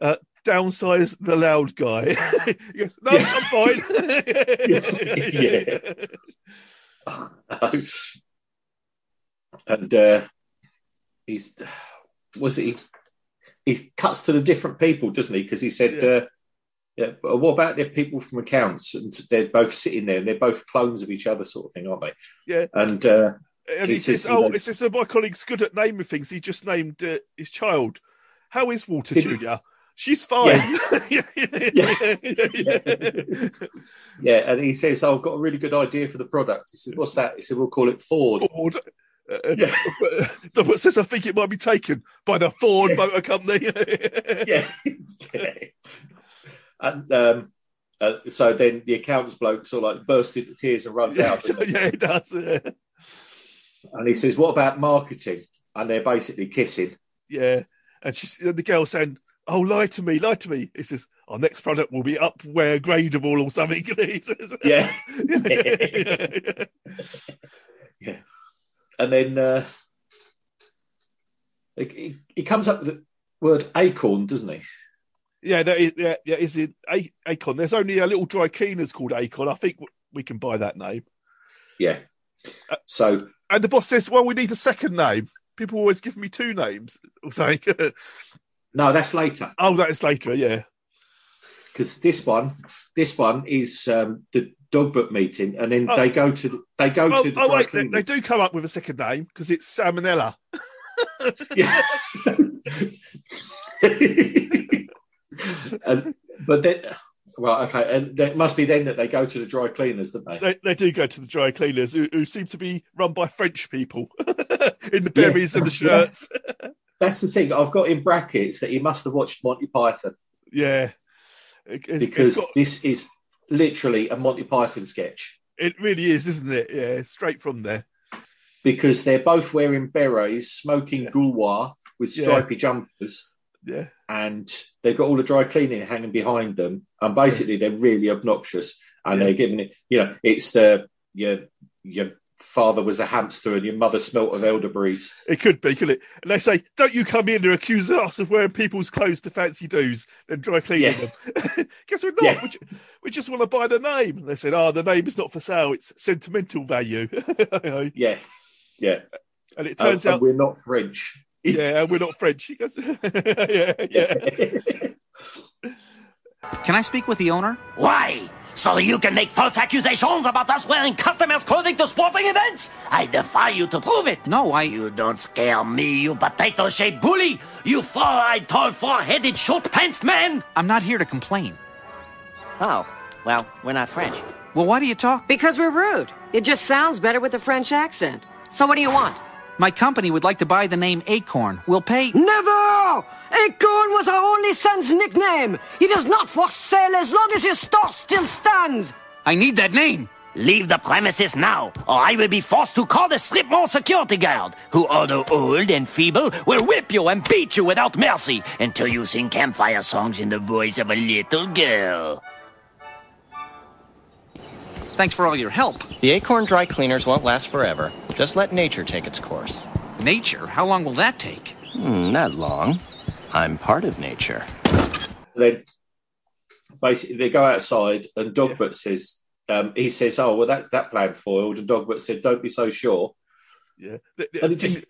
[SPEAKER 2] Uh, downsize the loud guy. <laughs> He goes, no, I'm <laughs> fine.
[SPEAKER 3] <laughs> and uh, he's was he he cuts to the different people, doesn't he? Because he said, uh, yeah, but "What about the people from accounts?" And they're both sitting there, and they're both clones of each other, sort of thing, aren't they?
[SPEAKER 2] Yeah.
[SPEAKER 3] And uh,
[SPEAKER 2] And he, says, "Oh, it's just that my colleague's good at naming things. He just named uh, his child. How is Walter Junior? She's fine." <laughs>
[SPEAKER 3] yeah, and he says, "Oh, "I've got a really good idea for the product." He says, "What's that?" He said, "We'll call
[SPEAKER 2] <laughs>
[SPEAKER 3] it Ford."
[SPEAKER 2] Ford. Uh, <laughs> but- but says I think it might be taken by the Ford Motor Company. <laughs>
[SPEAKER 3] <laughs> yeah. And um, uh, so then the accounts bloke sort of like bursts into tears and runs
[SPEAKER 2] Yeah, <laughs>
[SPEAKER 3] out.
[SPEAKER 2] so- yeah, it does. Yeah.
[SPEAKER 3] And he says, "What about marketing?" And they're basically kissing.
[SPEAKER 2] Yeah. And she's and the girl saying, Oh, lie to me, lie to me. It says, Our next product will be upware gradable or something. <laughs> He says-
[SPEAKER 3] Yeah.
[SPEAKER 2] yeah.
[SPEAKER 3] <laughs> And then uh, he, he comes up with the word acorn, doesn't he?
[SPEAKER 2] Yeah, that is, yeah, yeah, is in a- Acon. There's only a little dry cleaners called Acon. I think we can buy that name.
[SPEAKER 3] Yeah.
[SPEAKER 2] Uh,
[SPEAKER 3] So
[SPEAKER 2] And the boss says, Well, we need a second name. People always give me two names <laughs> or something.
[SPEAKER 3] no, that's later.
[SPEAKER 2] Oh, that is later, yeah.
[SPEAKER 3] Because this one, this one is um, the dog book meeting, and then
[SPEAKER 2] Oh.
[SPEAKER 3] they go to the- they go
[SPEAKER 2] Oh,
[SPEAKER 3] to the
[SPEAKER 2] oh,
[SPEAKER 3] dry
[SPEAKER 2] wait, they,
[SPEAKER 3] cleaners.
[SPEAKER 2] they do come up with a second name because it's Salmonella.
[SPEAKER 3] <laughs> And- but then, right, okay, and it must be then that they go to the dry cleaners, don't they?
[SPEAKER 2] They, they do go to the dry cleaners, who, who seem to be run by French people <laughs> in the berries and the
[SPEAKER 3] <laughs>
[SPEAKER 2] shirts.
[SPEAKER 3] That's the thing. I've got in brackets that you must have watched Monty Python
[SPEAKER 2] Yeah, It- it's- it's
[SPEAKER 3] because
[SPEAKER 2] got-
[SPEAKER 3] this is literally a Monty Python sketch
[SPEAKER 2] it really is, isn't it? Yeah, straight from there.
[SPEAKER 3] because they're both wearing berets, smoking gouloir with
[SPEAKER 2] Yeah.
[SPEAKER 3] stripy jumpers,
[SPEAKER 2] Yeah,
[SPEAKER 3] and they've got all the dry cleaning hanging behind them. And basically, they're really obnoxious and
[SPEAKER 2] Yeah.
[SPEAKER 3] they're giving it. You know, it's the your your father was a hamster and your mother smelt of elderberries.
[SPEAKER 2] it could be, could it? And they say, "Don't you come in and accuse us of wearing people's clothes to fancy do's, then dry cleaning them." <laughs> Guess we're not.
[SPEAKER 3] Yeah.
[SPEAKER 2] We, ju- we just want to buy the name. And they said, "Ah, the name is not for sale. It's sentimental value." <laughs> and
[SPEAKER 3] Yeah, yeah. Um,
[SPEAKER 2] it turns
[SPEAKER 3] And- and
[SPEAKER 2] out,
[SPEAKER 3] we're not French. <laughs>
[SPEAKER 2] yeah, we're not French. <laughs> He goes, "Yeah, yeah."
[SPEAKER 4] Can I speak with the owner?
[SPEAKER 12] Why? So you can make false accusations about us wearing customers' clothing to sporting events? I defy you to prove it. No, I. You don't scare me, you potato shaped bully! You four eyed, tall, four headed, short pantsed man!
[SPEAKER 4] I'm not here to complain.
[SPEAKER 12] Oh, well, we're not French.
[SPEAKER 4] Well, why do you talk?
[SPEAKER 13] Because we're rude. It just sounds better with a French accent. So what do you want?
[SPEAKER 4] My company would like to buy the name Acorn. We'll pay.
[SPEAKER 13] Never! Acorn was our only son's nickname. It is not for sale as long as his store still stands.
[SPEAKER 4] I need that name!
[SPEAKER 12] Leave the premises now, or I will be forced to call the strip mall security guard, who, although old and feeble, will whip you and beat you without mercy until you sing campfire songs in the voice of a little girl.
[SPEAKER 4] Thanks for all your help.
[SPEAKER 6] The acorn dry cleaners won't last forever. Just let nature take its course.
[SPEAKER 4] Nature? How long will that take?
[SPEAKER 6] Hmm, not long. I'm part of nature.
[SPEAKER 3] Then basically they go outside and Dogbert says um, he says, Oh well that that plan foiled and Dogbert said, Don't be so sure.
[SPEAKER 2] Yeah.
[SPEAKER 3] And it just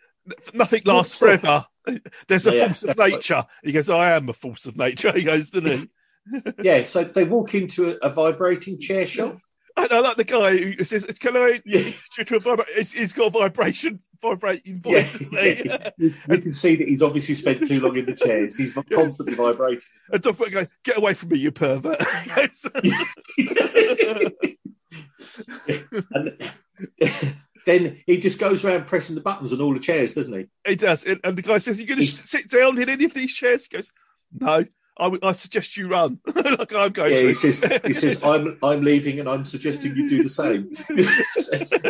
[SPEAKER 2] nothing lasts forever. <laughs> There's a
[SPEAKER 3] Yeah,
[SPEAKER 2] force of
[SPEAKER 3] that's right.
[SPEAKER 2] nature. He goes, I am a force of nature. <laughs> He goes, didn't he?
[SPEAKER 3] Yeah, so they walk into a, a vibrating chair shop.
[SPEAKER 2] And I like the guy who says, Can I due <laughs> to a vibra- it's, it's got a vibration, vibrating
[SPEAKER 3] <laughs>
[SPEAKER 2] voice, isn't he?
[SPEAKER 3] you you can see that he's obviously spent too long in the chairs. He's constantly vibrating.
[SPEAKER 2] And Doc Brown goes, Get away from me, you pervert. <laughs> He goes,
[SPEAKER 3] And <laughs> then he just goes around pressing the buttons on all the chairs, doesn't he?
[SPEAKER 2] he does. And, and the guy says, You're going to sit down in any of these chairs? He goes, No. I, would- I suggest you run. <laughs> like I'm going
[SPEAKER 3] Yeah,
[SPEAKER 2] to.
[SPEAKER 3] he says, he says, I'm I'm leaving, and I'm suggesting you do the same. <laughs>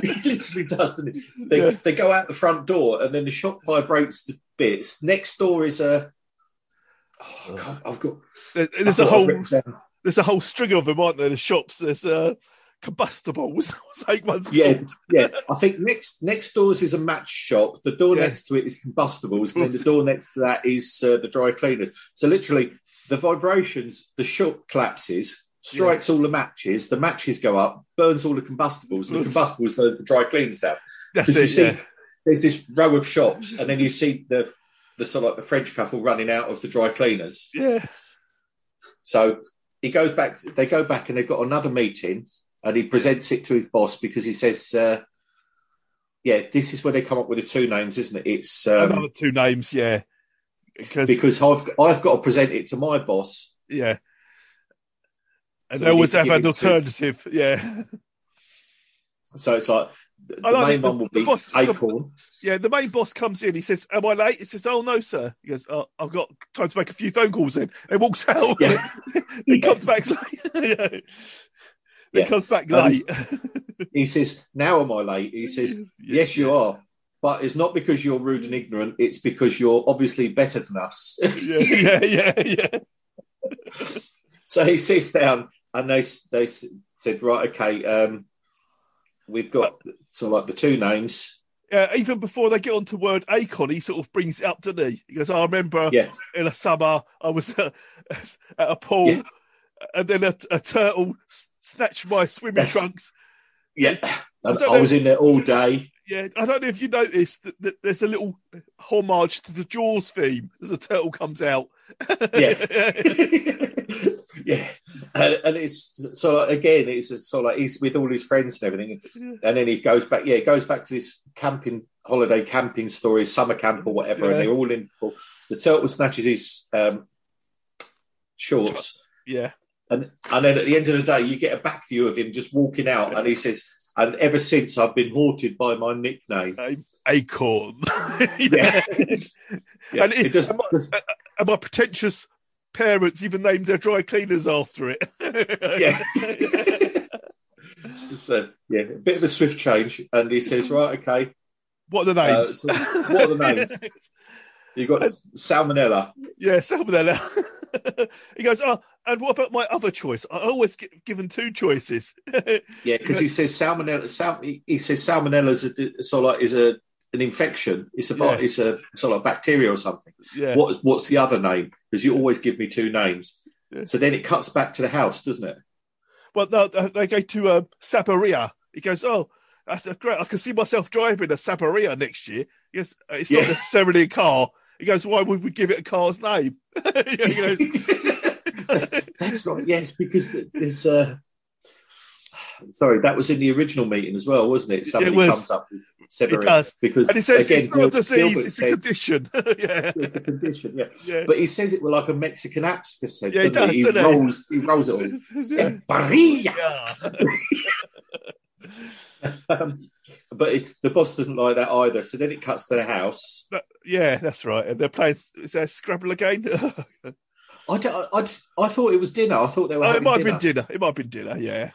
[SPEAKER 3] he literally does. Doesn't he? They
[SPEAKER 2] Yeah.
[SPEAKER 3] they go out the front door, and then the shop vibrates to bits. Next door is a. Oh, God, I've got.
[SPEAKER 2] <laughs> There- There's a
[SPEAKER 3] I've got it
[SPEAKER 2] whole
[SPEAKER 3] written down.
[SPEAKER 2] there's a whole string of them, aren't there? The shops. There's uh, combustible <laughs> was, was eight ones.
[SPEAKER 3] Yeah, yeah. I think next next doors is a match shop. The door
[SPEAKER 2] Yeah.
[SPEAKER 3] next to it is combustibles, and then the door next to that is uh, the dry cleaners. So literally, the vibrations, the shop collapses, strikes all the matches. The matches go up, burns all the combustibles, and the
[SPEAKER 2] Yes.
[SPEAKER 3] combustibles burn the dry cleaners down.
[SPEAKER 2] That's
[SPEAKER 3] 'Cause
[SPEAKER 2] it,
[SPEAKER 3] You see,
[SPEAKER 2] yeah.
[SPEAKER 3] there's this row of shops, and then you see the the sort of like the French couple running out of the dry cleaners.
[SPEAKER 2] Yeah.
[SPEAKER 3] So he goes back. They go back and they've got another meeting, and he presents it to his boss because he says, uh, "Yeah, this is where they come up with the two names, isn't it? It's
[SPEAKER 2] Another
[SPEAKER 3] um,
[SPEAKER 2] two names, yeah.
[SPEAKER 3] because I've I've got to present it to my boss.
[SPEAKER 2] Yeah. And
[SPEAKER 3] So
[SPEAKER 2] they
[SPEAKER 3] we
[SPEAKER 2] always
[SPEAKER 3] need to
[SPEAKER 2] have
[SPEAKER 3] give
[SPEAKER 2] an
[SPEAKER 3] it to-
[SPEAKER 2] alternative, yeah.
[SPEAKER 3] So it's like the,
[SPEAKER 2] I
[SPEAKER 3] the
[SPEAKER 2] like
[SPEAKER 3] main
[SPEAKER 2] the-
[SPEAKER 3] one will
[SPEAKER 2] the
[SPEAKER 3] be
[SPEAKER 2] boss- the-
[SPEAKER 3] Acorn.
[SPEAKER 2] Yeah, the main boss comes in. He says, "Am I late?" He says, "Oh no, sir." He goes, oh, "I've got time to make a few phone calls." In and walks out. <laughs> he comes back <laughs> late. yeah. He
[SPEAKER 3] Yeah.
[SPEAKER 2] comes back
[SPEAKER 3] Um,
[SPEAKER 2] late. <laughs>
[SPEAKER 3] he says, "Now am I late?" He says, "Yes, you are." But it's not because you're rude and ignorant. It's because you're obviously better than us.
[SPEAKER 2] <laughs> yeah, yeah, yeah.
[SPEAKER 3] So he sits down, and they they s- said, "Right, okay, um, we've got sort of like the two names."
[SPEAKER 2] Uh, even before they get on to word Acon, he sort of brings it up, doesn't he? He goes, I remember
[SPEAKER 3] Yeah.
[SPEAKER 2] in a summer I was uh, at <laughs> a pool and then a, a turtle s- snatched my swimming trunks.
[SPEAKER 3] Yeah,
[SPEAKER 2] I
[SPEAKER 3] And
[SPEAKER 2] don't
[SPEAKER 3] I, was
[SPEAKER 2] know.
[SPEAKER 3] in there
[SPEAKER 2] <laughs>
[SPEAKER 3] all day. <laughs>
[SPEAKER 2] Yeah, I don't know if you noticed that, that there's a little homage to the Jaws theme as the turtle comes out.
[SPEAKER 3] Yeah, yeah, and, and it's so like, again, it's just sort of like he's with all his friends and everything, and then he goes back. Yeah, he goes back to this camping holiday camping story, summer camp or whatever,
[SPEAKER 2] Yeah.
[SPEAKER 3] and they're all in. The turtle snatches his um, shorts.
[SPEAKER 2] <laughs> Yeah.
[SPEAKER 3] And and then at the end of the day, you get a back view of him just walking out, and he says, "And ever since, I've been haunted by my nickname,
[SPEAKER 2] Acorn." <laughs>
[SPEAKER 3] yeah. Yeah,
[SPEAKER 2] and it, <laughs>
[SPEAKER 3] it just-
[SPEAKER 2] and, my, and my pretentious parents even named their dry cleaners after it.
[SPEAKER 3] <laughs> yeah, so yeah, a bit of a swift change. And he says, "Right, okay,
[SPEAKER 2] <laughs> what are the names?
[SPEAKER 3] Uh, so what are the names? You got salmonella.
[SPEAKER 2] <laughs> Yeah, salmonella. <laughs> he goes, oh, and what about my other choice? I always get given two choices. <laughs>
[SPEAKER 3] Yeah, because he says salmonella. Sal- he- he says salmonella is a di- sort of like, is a an infection. It's a vi-
[SPEAKER 2] Yeah.
[SPEAKER 3] it's a sort of like bacteria or something.
[SPEAKER 2] Yeah.
[SPEAKER 3] What's what's the other name? Because you always give me two names. So then it cuts back to the house, doesn't it?
[SPEAKER 2] well, no, they go to um, Saparilla. He goes, oh, that's a great. I can see myself driving a Saparilla next year. Yes, it's not
[SPEAKER 3] Yeah.
[SPEAKER 2] necessarily a car. He goes, why would we give it a car's name? <laughs> he goes,
[SPEAKER 3] <laughs> That's right. Yes, because th- there's. Uh... Sorry, that was in the original meeting as well, wasn't it? Somebody
[SPEAKER 2] was.
[SPEAKER 3] comes up with Severin
[SPEAKER 2] it does.
[SPEAKER 3] because
[SPEAKER 2] and he says
[SPEAKER 3] again,
[SPEAKER 2] it's not a
[SPEAKER 3] Gil- Gilbert
[SPEAKER 2] disease, it's a
[SPEAKER 3] said-
[SPEAKER 2] condition. <laughs> yeah.
[SPEAKER 3] <laughs> it's a condition, yeah.
[SPEAKER 2] Yeah.
[SPEAKER 3] But he says it with like a Mexican accent.
[SPEAKER 2] Yeah, he
[SPEAKER 3] doesn't
[SPEAKER 2] does,
[SPEAKER 3] He,
[SPEAKER 2] doesn't he?
[SPEAKER 3] rolls, he rolls
[SPEAKER 2] <laughs>
[SPEAKER 3] it all. Separilla. Um, but it, the boss doesn't like that either. So then it cuts to the house.
[SPEAKER 2] That- yeah, that's right. And they're playing, is that Scrabble again? <laughs>
[SPEAKER 3] I, don't, I, I, just- I thought it was dinner. I thought they were.
[SPEAKER 2] Oh, it
[SPEAKER 3] having
[SPEAKER 2] might have
[SPEAKER 3] dinner.
[SPEAKER 2] been dinner. It might have been dinner. Yeah.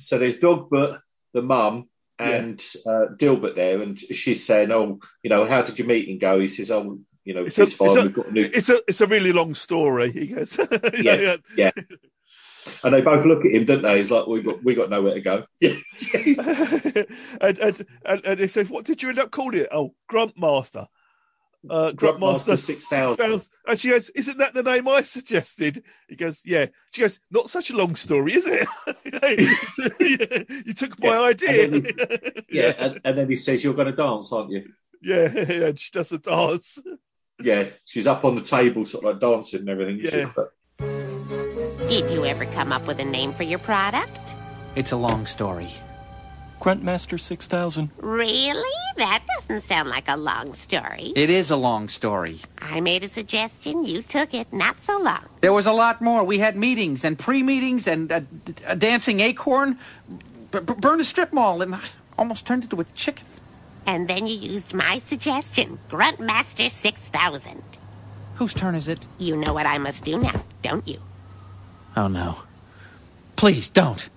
[SPEAKER 3] So there's Dogbert, the mum, and uh, Dilbert there, and she's saying, "Oh, you know, how did your meeting go?" He says, "Oh, you know, it's,
[SPEAKER 2] It's a,
[SPEAKER 3] fine.
[SPEAKER 2] it's, a,
[SPEAKER 3] We've got a new
[SPEAKER 2] it's a it's a really long story. He goes, <laughs>
[SPEAKER 3] yeah, yeah, And they both look at him, don't they? He's like, "We got we got nowhere to
[SPEAKER 2] <laughs>
[SPEAKER 3] go."
[SPEAKER 2] and, and, and and they said, what did you end up calling it? Oh, Gruntmaster. Uh,
[SPEAKER 3] Gruntmaster
[SPEAKER 2] Gruntmaster
[SPEAKER 3] 6000.
[SPEAKER 2] 6000. And she goes, isn't that the name I suggested? He goes, yeah. She goes, not such a long story, is <laughs> it? you took my idea.
[SPEAKER 3] And then he- yeah, and, and then he says, "You're going to dance, aren't you?"
[SPEAKER 2] <laughs> yeah, and she does a dance.
[SPEAKER 3] Yeah, she's up on the table, sort of like dancing and everything. Yeah.
[SPEAKER 11] Did you ever come up with a name for your product?
[SPEAKER 4] It's a long story.
[SPEAKER 6] Gruntmaster 6000.
[SPEAKER 11] Really? That doesn't sound like a long story.
[SPEAKER 4] It is a long story.
[SPEAKER 11] I made a suggestion, you took it not so long.
[SPEAKER 4] There was a lot more. We had meetings and pre-meetings and a, a dancing acorn, b- b- burned a strip mall, and I almost turned into a chicken.
[SPEAKER 11] And then you used my suggestion, Gruntmaster 6000.
[SPEAKER 4] Whose turn is it?
[SPEAKER 11] You know what I must do now, don't you?
[SPEAKER 4] Oh no! Please don't.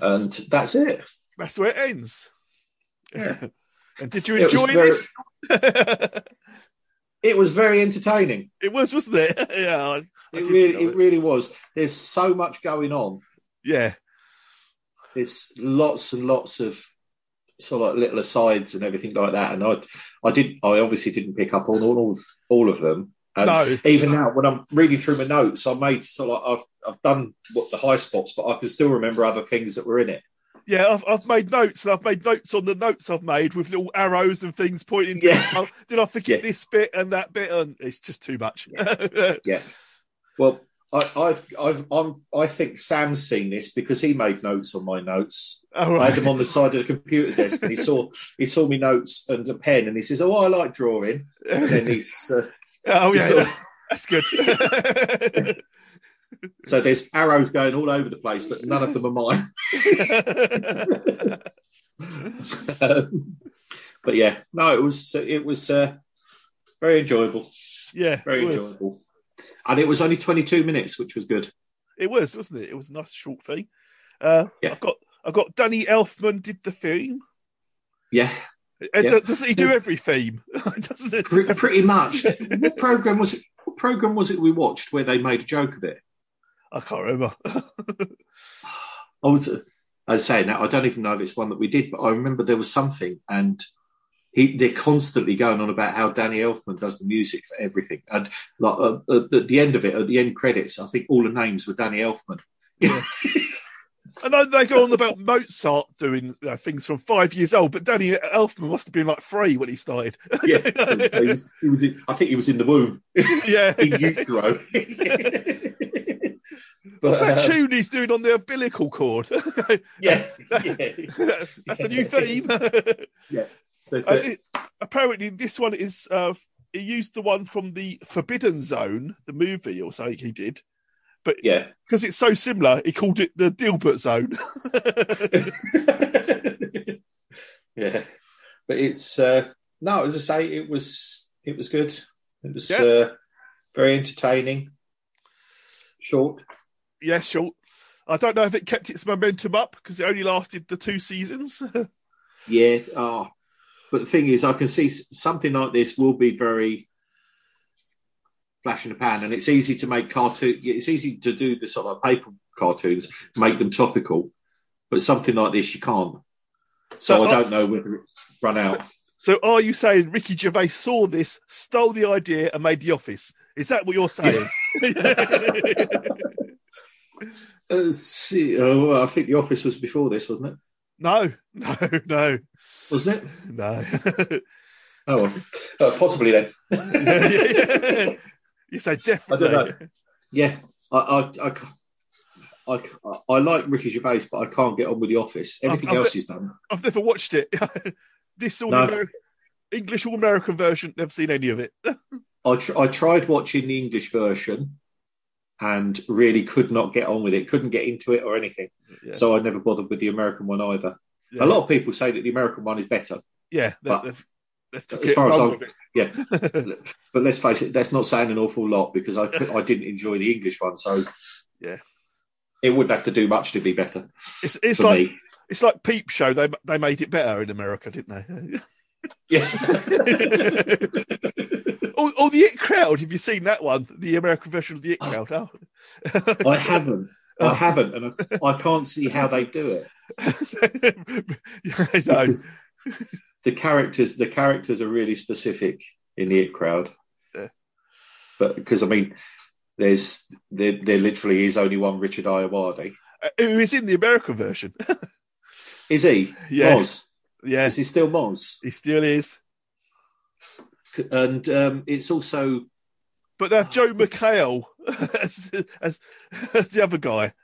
[SPEAKER 3] And that's it.
[SPEAKER 2] That's where it ends. <laughs> And did you
[SPEAKER 3] It was
[SPEAKER 2] enjoy
[SPEAKER 3] very-
[SPEAKER 2] this? <laughs>
[SPEAKER 3] It was very entertaining.
[SPEAKER 2] It was, wasn't it? <laughs> yeah, I- I
[SPEAKER 3] it
[SPEAKER 2] did
[SPEAKER 3] really,
[SPEAKER 2] enjoy
[SPEAKER 3] it really was. There's so much going on.
[SPEAKER 2] Yeah,
[SPEAKER 3] there's lots and lots of sort of like little asides and everything like that. And I, I did, I obviously didn't pick up on all all, all of them. And
[SPEAKER 2] No, it's-
[SPEAKER 3] even now, when I'm reading through my notes, I made sort of like I've I've done what the high spots, but I can still remember other things that were in it.
[SPEAKER 2] Yeah, I've, I've made notes and I've made notes on the notes I've made with little arrows and things pointing to
[SPEAKER 3] Yeah.
[SPEAKER 2] oh, did I forget this bit and that bit and it's just too much. <laughs> Yeah.
[SPEAKER 3] Yeah. Well, I, I've, I've, I'm, I think Sam's seen this because he made notes on my notes.
[SPEAKER 2] Oh,
[SPEAKER 3] I
[SPEAKER 2] right. <laughs>
[SPEAKER 3] had them on the side of the computer desk, and he saw, he saw me notes and a pen, and he says, "Oh, I like drawing." And then he's, uh,
[SPEAKER 2] Oh,
[SPEAKER 3] he
[SPEAKER 2] yeah,
[SPEAKER 3] sort of-
[SPEAKER 2] That's good.
[SPEAKER 3] so there's arrows going all over the place, but none of them are mine. <laughs> Um, but yeah, no, it was, it was uh, very enjoyable.
[SPEAKER 2] <laughs> Yeah,
[SPEAKER 3] very
[SPEAKER 2] it was.
[SPEAKER 3] enjoyable, and it was only 22 minutes, which was good.
[SPEAKER 2] It was, wasn't it? It was a nice short thing. Uh, I've got I've got Danny Elfman did the theme.
[SPEAKER 3] Yeah. <laughs>
[SPEAKER 2] And
[SPEAKER 3] Yeah.
[SPEAKER 2] Doesn't he do every theme? <laughs> doesn't it?
[SPEAKER 3] Pre- pretty much. what program was it? What program was it we watched where they made a joke of it?
[SPEAKER 2] <laughs> I can't remember. <laughs>
[SPEAKER 3] I was, uh, I was saying that I don't even know if it's one that we did, but I remember there was something, and he they're constantly going on about how Danny Elfman does the music for everything, and like uh, uh, at the end of it, at the end credits, I think all the names were Danny Elfman.
[SPEAKER 2] And I, they go on about Mozart doing uh, things from five years old, but Danny Elfman must have been like three when he started.
[SPEAKER 3] Yeah, he was, he was in, I think he was in the womb. <laughs>
[SPEAKER 2] Yeah,
[SPEAKER 3] in utero.
[SPEAKER 2] What's that
[SPEAKER 3] uh,
[SPEAKER 2] tune he's doing on the umbilical cord? <laughs>
[SPEAKER 3] yeah, <laughs>
[SPEAKER 2] that's a new theme. <laughs>
[SPEAKER 3] yeah, that's
[SPEAKER 2] Uh,
[SPEAKER 3] it.
[SPEAKER 2] it- apparently, this one is uh, he used the one from the Forbidden Zone, the movie, or something he did. But
[SPEAKER 3] yeah,
[SPEAKER 2] because it's so similar, he called it the Dilbert Zone. <laughs>
[SPEAKER 3] <laughs> yeah. But it's uh, no, as I say, it was it was good. It was
[SPEAKER 2] Yeah.
[SPEAKER 3] uh, very entertaining. Short.
[SPEAKER 2] yeah, short. I don't know if it kept its momentum up because it only lasted the two seasons.
[SPEAKER 3] Yeah. Oh. But the thing is, I can see s- something like this will be very flash in the pan, and it's easy to make cartoon. It's easy to do the sort of paper cartoons, make them topical, but something like this you can't. So,
[SPEAKER 2] So
[SPEAKER 3] I
[SPEAKER 2] I-
[SPEAKER 3] don't know whether it's run out.
[SPEAKER 2] so, are you saying Ricky Gervais saw this, stole the idea, and made The Office? Is that what you're saying?
[SPEAKER 3] Uh, see, oh, well, I think The Office was before this, wasn't it?
[SPEAKER 2] <laughs> No, no, no.
[SPEAKER 3] Wasn't it?
[SPEAKER 2] No. <laughs>
[SPEAKER 3] oh, well. Uh, possibly then.
[SPEAKER 2] You say
[SPEAKER 3] I
[SPEAKER 2] definitely.
[SPEAKER 3] don't know. Yeah, I, I, I, ca- I, ca- I like Ricky Gervais, but I can't get on with The Office. Everything
[SPEAKER 2] I've- I've
[SPEAKER 3] else
[SPEAKER 2] got-
[SPEAKER 3] he's done.
[SPEAKER 2] I've never watched it. <laughs> this all
[SPEAKER 3] No.
[SPEAKER 2] Ameri- English all American version. Never seen any of it. <laughs>
[SPEAKER 3] I, tr- I tried watching the English version and really could not get on with it, couldn't get into it or anything.
[SPEAKER 2] Yeah.
[SPEAKER 3] So I never bothered with the American one either.
[SPEAKER 2] Yeah.
[SPEAKER 3] A lot of people say that the American one is better.
[SPEAKER 2] Yeah, they,
[SPEAKER 3] But-
[SPEAKER 2] they've, they've took
[SPEAKER 3] as
[SPEAKER 2] it
[SPEAKER 3] far as
[SPEAKER 2] wrong
[SPEAKER 3] I'm,
[SPEAKER 2] with it.
[SPEAKER 3] yeah. but let's face it, that's not saying an awful lot because I I didn't enjoy the English one, so
[SPEAKER 2] Yeah.
[SPEAKER 3] it wouldn't have to do much to be better.
[SPEAKER 2] <laughs> It's it's
[SPEAKER 3] for
[SPEAKER 2] like
[SPEAKER 3] me.
[SPEAKER 2] it's like Peep Show. They they made it better in America, didn't they?
[SPEAKER 3] Yeah.
[SPEAKER 2] <laughs> or, or Oh, the It Crowd. Have you seen that one? The American version of the It Crowd. Oh. <laughs>
[SPEAKER 3] I haven't, I haven't, and I, I can't see how they do it.
[SPEAKER 2] no.
[SPEAKER 3] The characters, the characters are really specific in the it crowd,
[SPEAKER 2] Yeah.
[SPEAKER 3] but because I mean, there's there, there literally is only one Richard Iowade.
[SPEAKER 2] Uh, Who is in the American version? <laughs>
[SPEAKER 3] Is he?
[SPEAKER 2] Yeah.
[SPEAKER 3] Moz?
[SPEAKER 2] Yeah.
[SPEAKER 3] Is he still Moz?
[SPEAKER 2] He still is.
[SPEAKER 3] And um, it's also
[SPEAKER 2] But they have
[SPEAKER 3] Ah,
[SPEAKER 2] Joe McHale <laughs> as, as, as the other guy.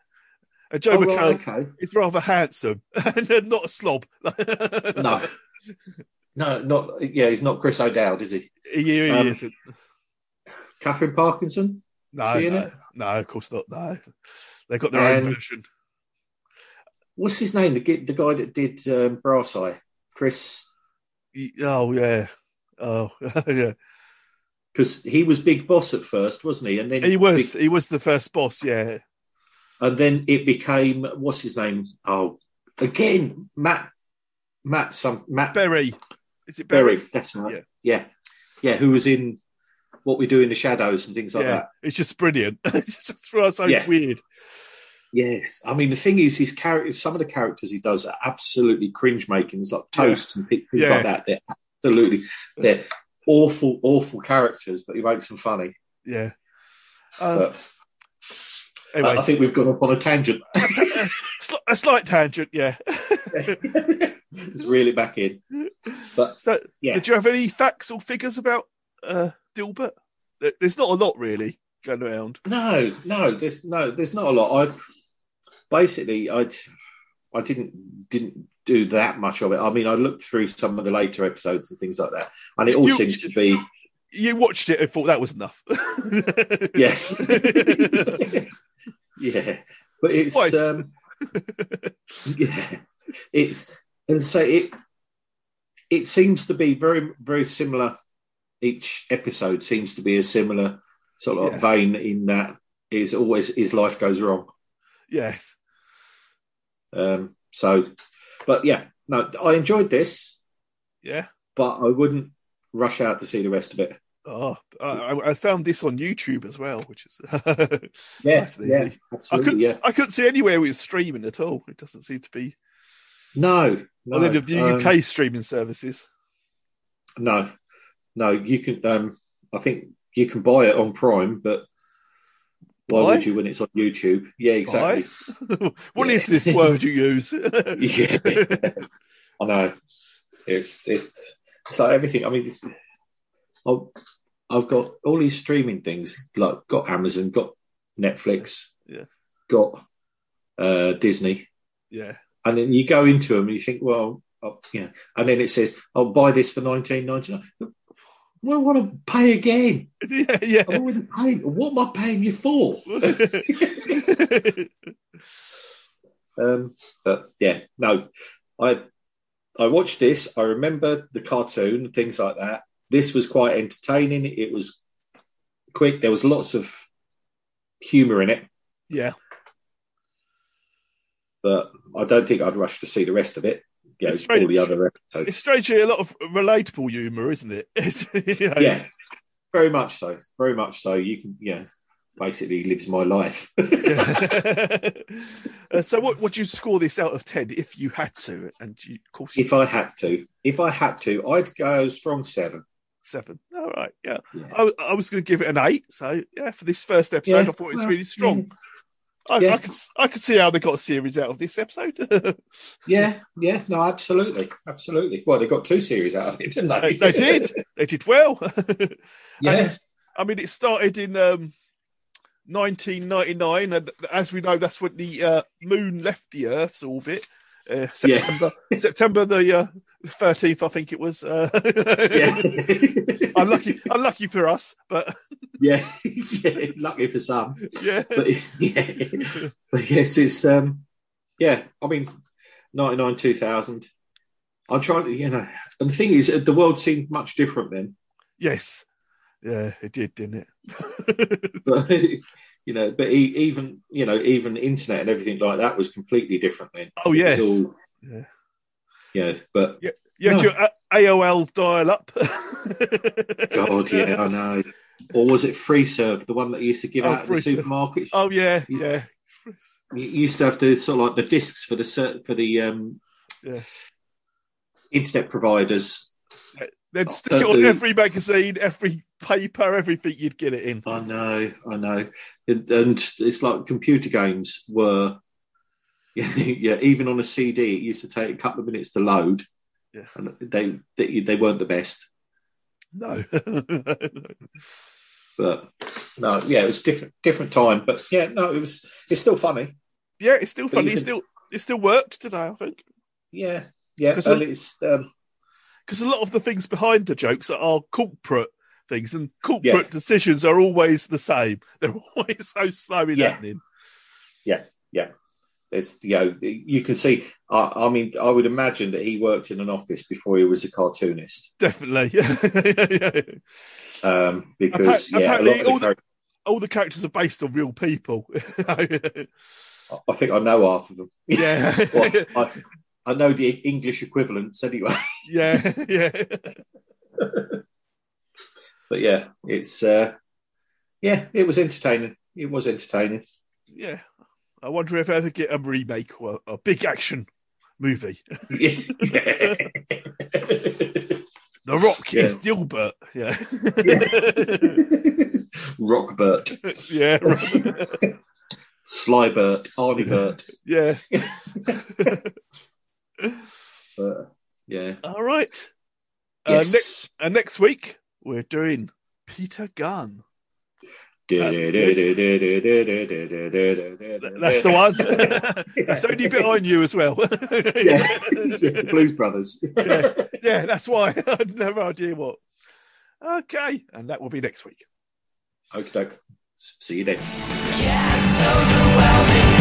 [SPEAKER 2] And Joe
[SPEAKER 3] Oh,
[SPEAKER 2] McHale
[SPEAKER 3] right, okay.
[SPEAKER 2] is rather handsome <laughs> and not a slob. <laughs>
[SPEAKER 3] no, no, not yeah. He's not Chris O'Dowd, is he?
[SPEAKER 2] He really
[SPEAKER 3] Um,
[SPEAKER 2] isn't.
[SPEAKER 3] Catherine Parkinson.
[SPEAKER 2] No,
[SPEAKER 3] she in
[SPEAKER 2] no,
[SPEAKER 3] it?
[SPEAKER 2] no, of course not. No, they got their own
[SPEAKER 3] Um,
[SPEAKER 2] version.
[SPEAKER 3] What's his name? The, gi- the guy that did um, Brass Eye, Chris.
[SPEAKER 2] He- Oh yeah, oh <laughs> yeah.
[SPEAKER 3] Because he was Big Boss at first, wasn't he? And then
[SPEAKER 2] He was he was the first boss. Yeah,
[SPEAKER 3] and then it became what's his name? Oh, again, Matt, Matt, some Matt
[SPEAKER 2] Berry. Is it
[SPEAKER 3] Berry?
[SPEAKER 2] Barry?
[SPEAKER 3] That's right. Yeah. yeah, Who was in What We Do in the Shadows and things like
[SPEAKER 2] yeah,
[SPEAKER 3] that.
[SPEAKER 2] it's just brilliant. <laughs> it's just for us, so
[SPEAKER 3] Yeah.
[SPEAKER 2] weird.
[SPEAKER 3] Yes, I mean the thing is, his character, some of the characters he does are absolutely cringe making. It's like Toast and and things
[SPEAKER 2] Yeah.
[SPEAKER 3] like that. They're absolutely they're awful, awful characters, but he makes them funny.
[SPEAKER 2] Yeah.
[SPEAKER 3] But-
[SPEAKER 2] Um,
[SPEAKER 3] I-
[SPEAKER 2] <laughs>
[SPEAKER 3] I think we've gone off on a tangent. <laughs>
[SPEAKER 2] sli- a slight tangent, yeah.
[SPEAKER 3] Let's reel it back in. <laughs> But
[SPEAKER 2] so,
[SPEAKER 3] yeah.
[SPEAKER 2] Did you have any facts or figures about uh, Dilbert? There- There's not a lot really going around.
[SPEAKER 3] No, no, there's no, there's not a lot. I basically, I, I didn't didn't do that much of it. I mean, I looked through some of the later episodes and things like that, and it all
[SPEAKER 2] You-
[SPEAKER 3] seems to be
[SPEAKER 2] You watched it and thought that was enough. <laughs>
[SPEAKER 3] yeah, yeah. But it's
[SPEAKER 2] Twice.
[SPEAKER 3] um, yeah, it's and so it it seems to be very very similar. Each episode seems to be a similar sort of
[SPEAKER 2] Yeah.
[SPEAKER 3] vein in that is always his life goes wrong.
[SPEAKER 2] <laughs> yes.
[SPEAKER 3] Um, so, but yeah, no, I enjoyed this,
[SPEAKER 2] Yeah.
[SPEAKER 3] but I wouldn't rush out to see the rest of it.
[SPEAKER 2] Oh, I- I, I found this on YouTube as well, which is <laughs>
[SPEAKER 3] Yeah,
[SPEAKER 2] nice and
[SPEAKER 3] yeah,
[SPEAKER 2] easy. I
[SPEAKER 3] absolutely,
[SPEAKER 2] couldn't,
[SPEAKER 3] yeah.
[SPEAKER 2] I couldn't see anywhere it was streaming at all. It doesn't seem to be
[SPEAKER 3] No, no,
[SPEAKER 2] on any of the
[SPEAKER 3] um,
[SPEAKER 2] UK streaming services.
[SPEAKER 3] No, no, you can. Um, I think you can buy it on Prime, but why
[SPEAKER 2] Buy?
[SPEAKER 3] would you when it's on YouTube? Yeah, exactly.
[SPEAKER 2] Why? <laughs> What is this word you use?
[SPEAKER 3] <laughs> yeah, I know. It's it's it's like everything. I mean, I've, I've got all these streaming things. Like got Amazon, got Netflix,
[SPEAKER 2] Yeah.
[SPEAKER 3] got uh, Disney,
[SPEAKER 2] yeah. <laughs>
[SPEAKER 3] and then you go into them and you think, well, oh, yeah, and then it says, I'll buy this for nineteen ninety nine. I want to pay again.
[SPEAKER 2] Yeah, yeah.
[SPEAKER 3] I'm already paying. What am I paying
[SPEAKER 2] <laughs>
[SPEAKER 3] you for? um, but yeah, no, I I watched this. I remember the cartoon, things like that. This was quite entertaining. It was quick. There was lots of humour in it,
[SPEAKER 2] Yeah.
[SPEAKER 3] but I don't think I'd rush to see the rest of it. Yeah,
[SPEAKER 2] It's
[SPEAKER 3] all
[SPEAKER 2] strange.
[SPEAKER 3] the other episodes.
[SPEAKER 2] It's strangely a lot of relatable humour, isn't it? <laughs> It's, you know,
[SPEAKER 3] yeah, very much so. Very much so. You can, yeah, basically lives my life.
[SPEAKER 2] <laughs>
[SPEAKER 3] <laughs>
[SPEAKER 2] Uh, so, what would you score this out of 10 if you had to? And you, of course, you
[SPEAKER 3] if I had to, if I had to, I'd go strong seven.
[SPEAKER 2] seven. All right. Yeah. I, I was going to give it an eight. So, yeah, for this first episode, I
[SPEAKER 3] Yeah,
[SPEAKER 2] thought it was
[SPEAKER 3] well,
[SPEAKER 2] really strong. I, I, could, s- I could see how they got a series out of this episode. <laughs>
[SPEAKER 3] Yeah, yeah, no, absolutely, absolutely. Well, they got two series out of it, didn't
[SPEAKER 2] they, <laughs> they
[SPEAKER 3] they? <laughs>
[SPEAKER 2] did. They did well. <laughs>
[SPEAKER 3] Yeah.
[SPEAKER 2] And <laughs> it's, I mean, it started in um, 1999, and as we know, that's when the uh, moon left the Earth's orbit. Uh,
[SPEAKER 3] Yeah.
[SPEAKER 2] September, September the uh, 13th, I think it was. Uh, <laughs> unlucky, unlucky for us, but <laughs>
[SPEAKER 3] yeah, <laughs> yeah, lucky for some.
[SPEAKER 2] yeah, <laughs>
[SPEAKER 3] But, yeah, but yes, it's um, yeah. I mean, ninety nine, two thousand. I'm trying to, you know, and the thing is, uh, the world seemed much different then. <laughs>
[SPEAKER 2] yes, yeah, it did, didn't it? <laughs>
[SPEAKER 3] But you know, but e- even you know, even internet and everything like that was completely different then.
[SPEAKER 2] Oh,
[SPEAKER 3] It was
[SPEAKER 2] yes.
[SPEAKER 3] all-
[SPEAKER 2] Yeah.
[SPEAKER 3] yeah, but
[SPEAKER 2] Yeah, you had
[SPEAKER 3] No.
[SPEAKER 2] your A- AOL dial <laughs> up.
[SPEAKER 3] God, yeah, I know. Or was it free serve, the one that you used to give
[SPEAKER 2] Oh,
[SPEAKER 3] out at the
[SPEAKER 2] free serve.
[SPEAKER 3] supermarket?
[SPEAKER 2] Oh, yeah, yeah,
[SPEAKER 3] You you used to have the sort of like the discs for the cert, for the um,
[SPEAKER 2] yeah.
[SPEAKER 3] internet providers.
[SPEAKER 2] They'd stick it on every magazine, every paper, everything you'd get it in.
[SPEAKER 3] I know, I know, and, and it's like computer games were. <laughs> yeah, even on a CD, it used to take a couple of minutes to load,
[SPEAKER 2] Yeah.
[SPEAKER 3] and they they, they weren't the best.
[SPEAKER 2] No. <laughs>
[SPEAKER 3] But no, yeah, it was different different time. But yeah, no, it was it's still funny.
[SPEAKER 2] yeah, it's still
[SPEAKER 3] But
[SPEAKER 2] funny.
[SPEAKER 3] you
[SPEAKER 2] It
[SPEAKER 3] can-
[SPEAKER 2] still it still worked today, I think.
[SPEAKER 3] Yeah, yeah,
[SPEAKER 2] 'Cause
[SPEAKER 3] and
[SPEAKER 2] it-
[SPEAKER 3] it's um,
[SPEAKER 2] Because a lot of the things behind the jokes are corporate things, and corporate
[SPEAKER 3] Yeah.
[SPEAKER 2] decisions are always the same. <laughs> They're always so slow in
[SPEAKER 3] Yeah.
[SPEAKER 2] happening.
[SPEAKER 3] yeah, yeah. It's you know you can see. I, I mean, I would imagine that he worked in an office before he was a cartoonist,
[SPEAKER 2] Definitely. <laughs> yeah.
[SPEAKER 3] um, because
[SPEAKER 2] Appa-
[SPEAKER 3] yeah, a lot of
[SPEAKER 2] all,
[SPEAKER 3] the
[SPEAKER 2] the, all the characters are based on real people. <laughs>
[SPEAKER 3] charac- I think I know half of them. <laughs>
[SPEAKER 2] yeah.
[SPEAKER 3] Well, I, I know the English equivalents anyway.
[SPEAKER 2] <laughs>
[SPEAKER 3] <laughs>
[SPEAKER 2] Yeah, yeah.
[SPEAKER 3] But yeah, it's uh, yeah, it was entertaining. It was entertaining. <laughs>
[SPEAKER 2] yeah. I wonder if I ever get a remake or a big action movie. <laughs> The Rock is Dilbert. Yeah. <laughs>
[SPEAKER 3] Rockbert,
[SPEAKER 2] yeah.
[SPEAKER 3] Slybert, Arniebert.
[SPEAKER 2] Yeah.
[SPEAKER 3] Uh, yeah.
[SPEAKER 2] All right.
[SPEAKER 3] Yes.
[SPEAKER 2] Uh, next, uh, next week, we're doing Peter Gunn. That's
[SPEAKER 3] That's
[SPEAKER 2] the <laughs>
[SPEAKER 3] <laughs>
[SPEAKER 2] one. That's the only bit I knew as <laughs> well.
[SPEAKER 3] The Blues Brothers.
[SPEAKER 2] yeah. <laughs> yeah, that's why. <laughs> I had no idea what. Okay. And that will be next week.
[SPEAKER 3] Okie doke. See you then.
[SPEAKER 12] overwhelming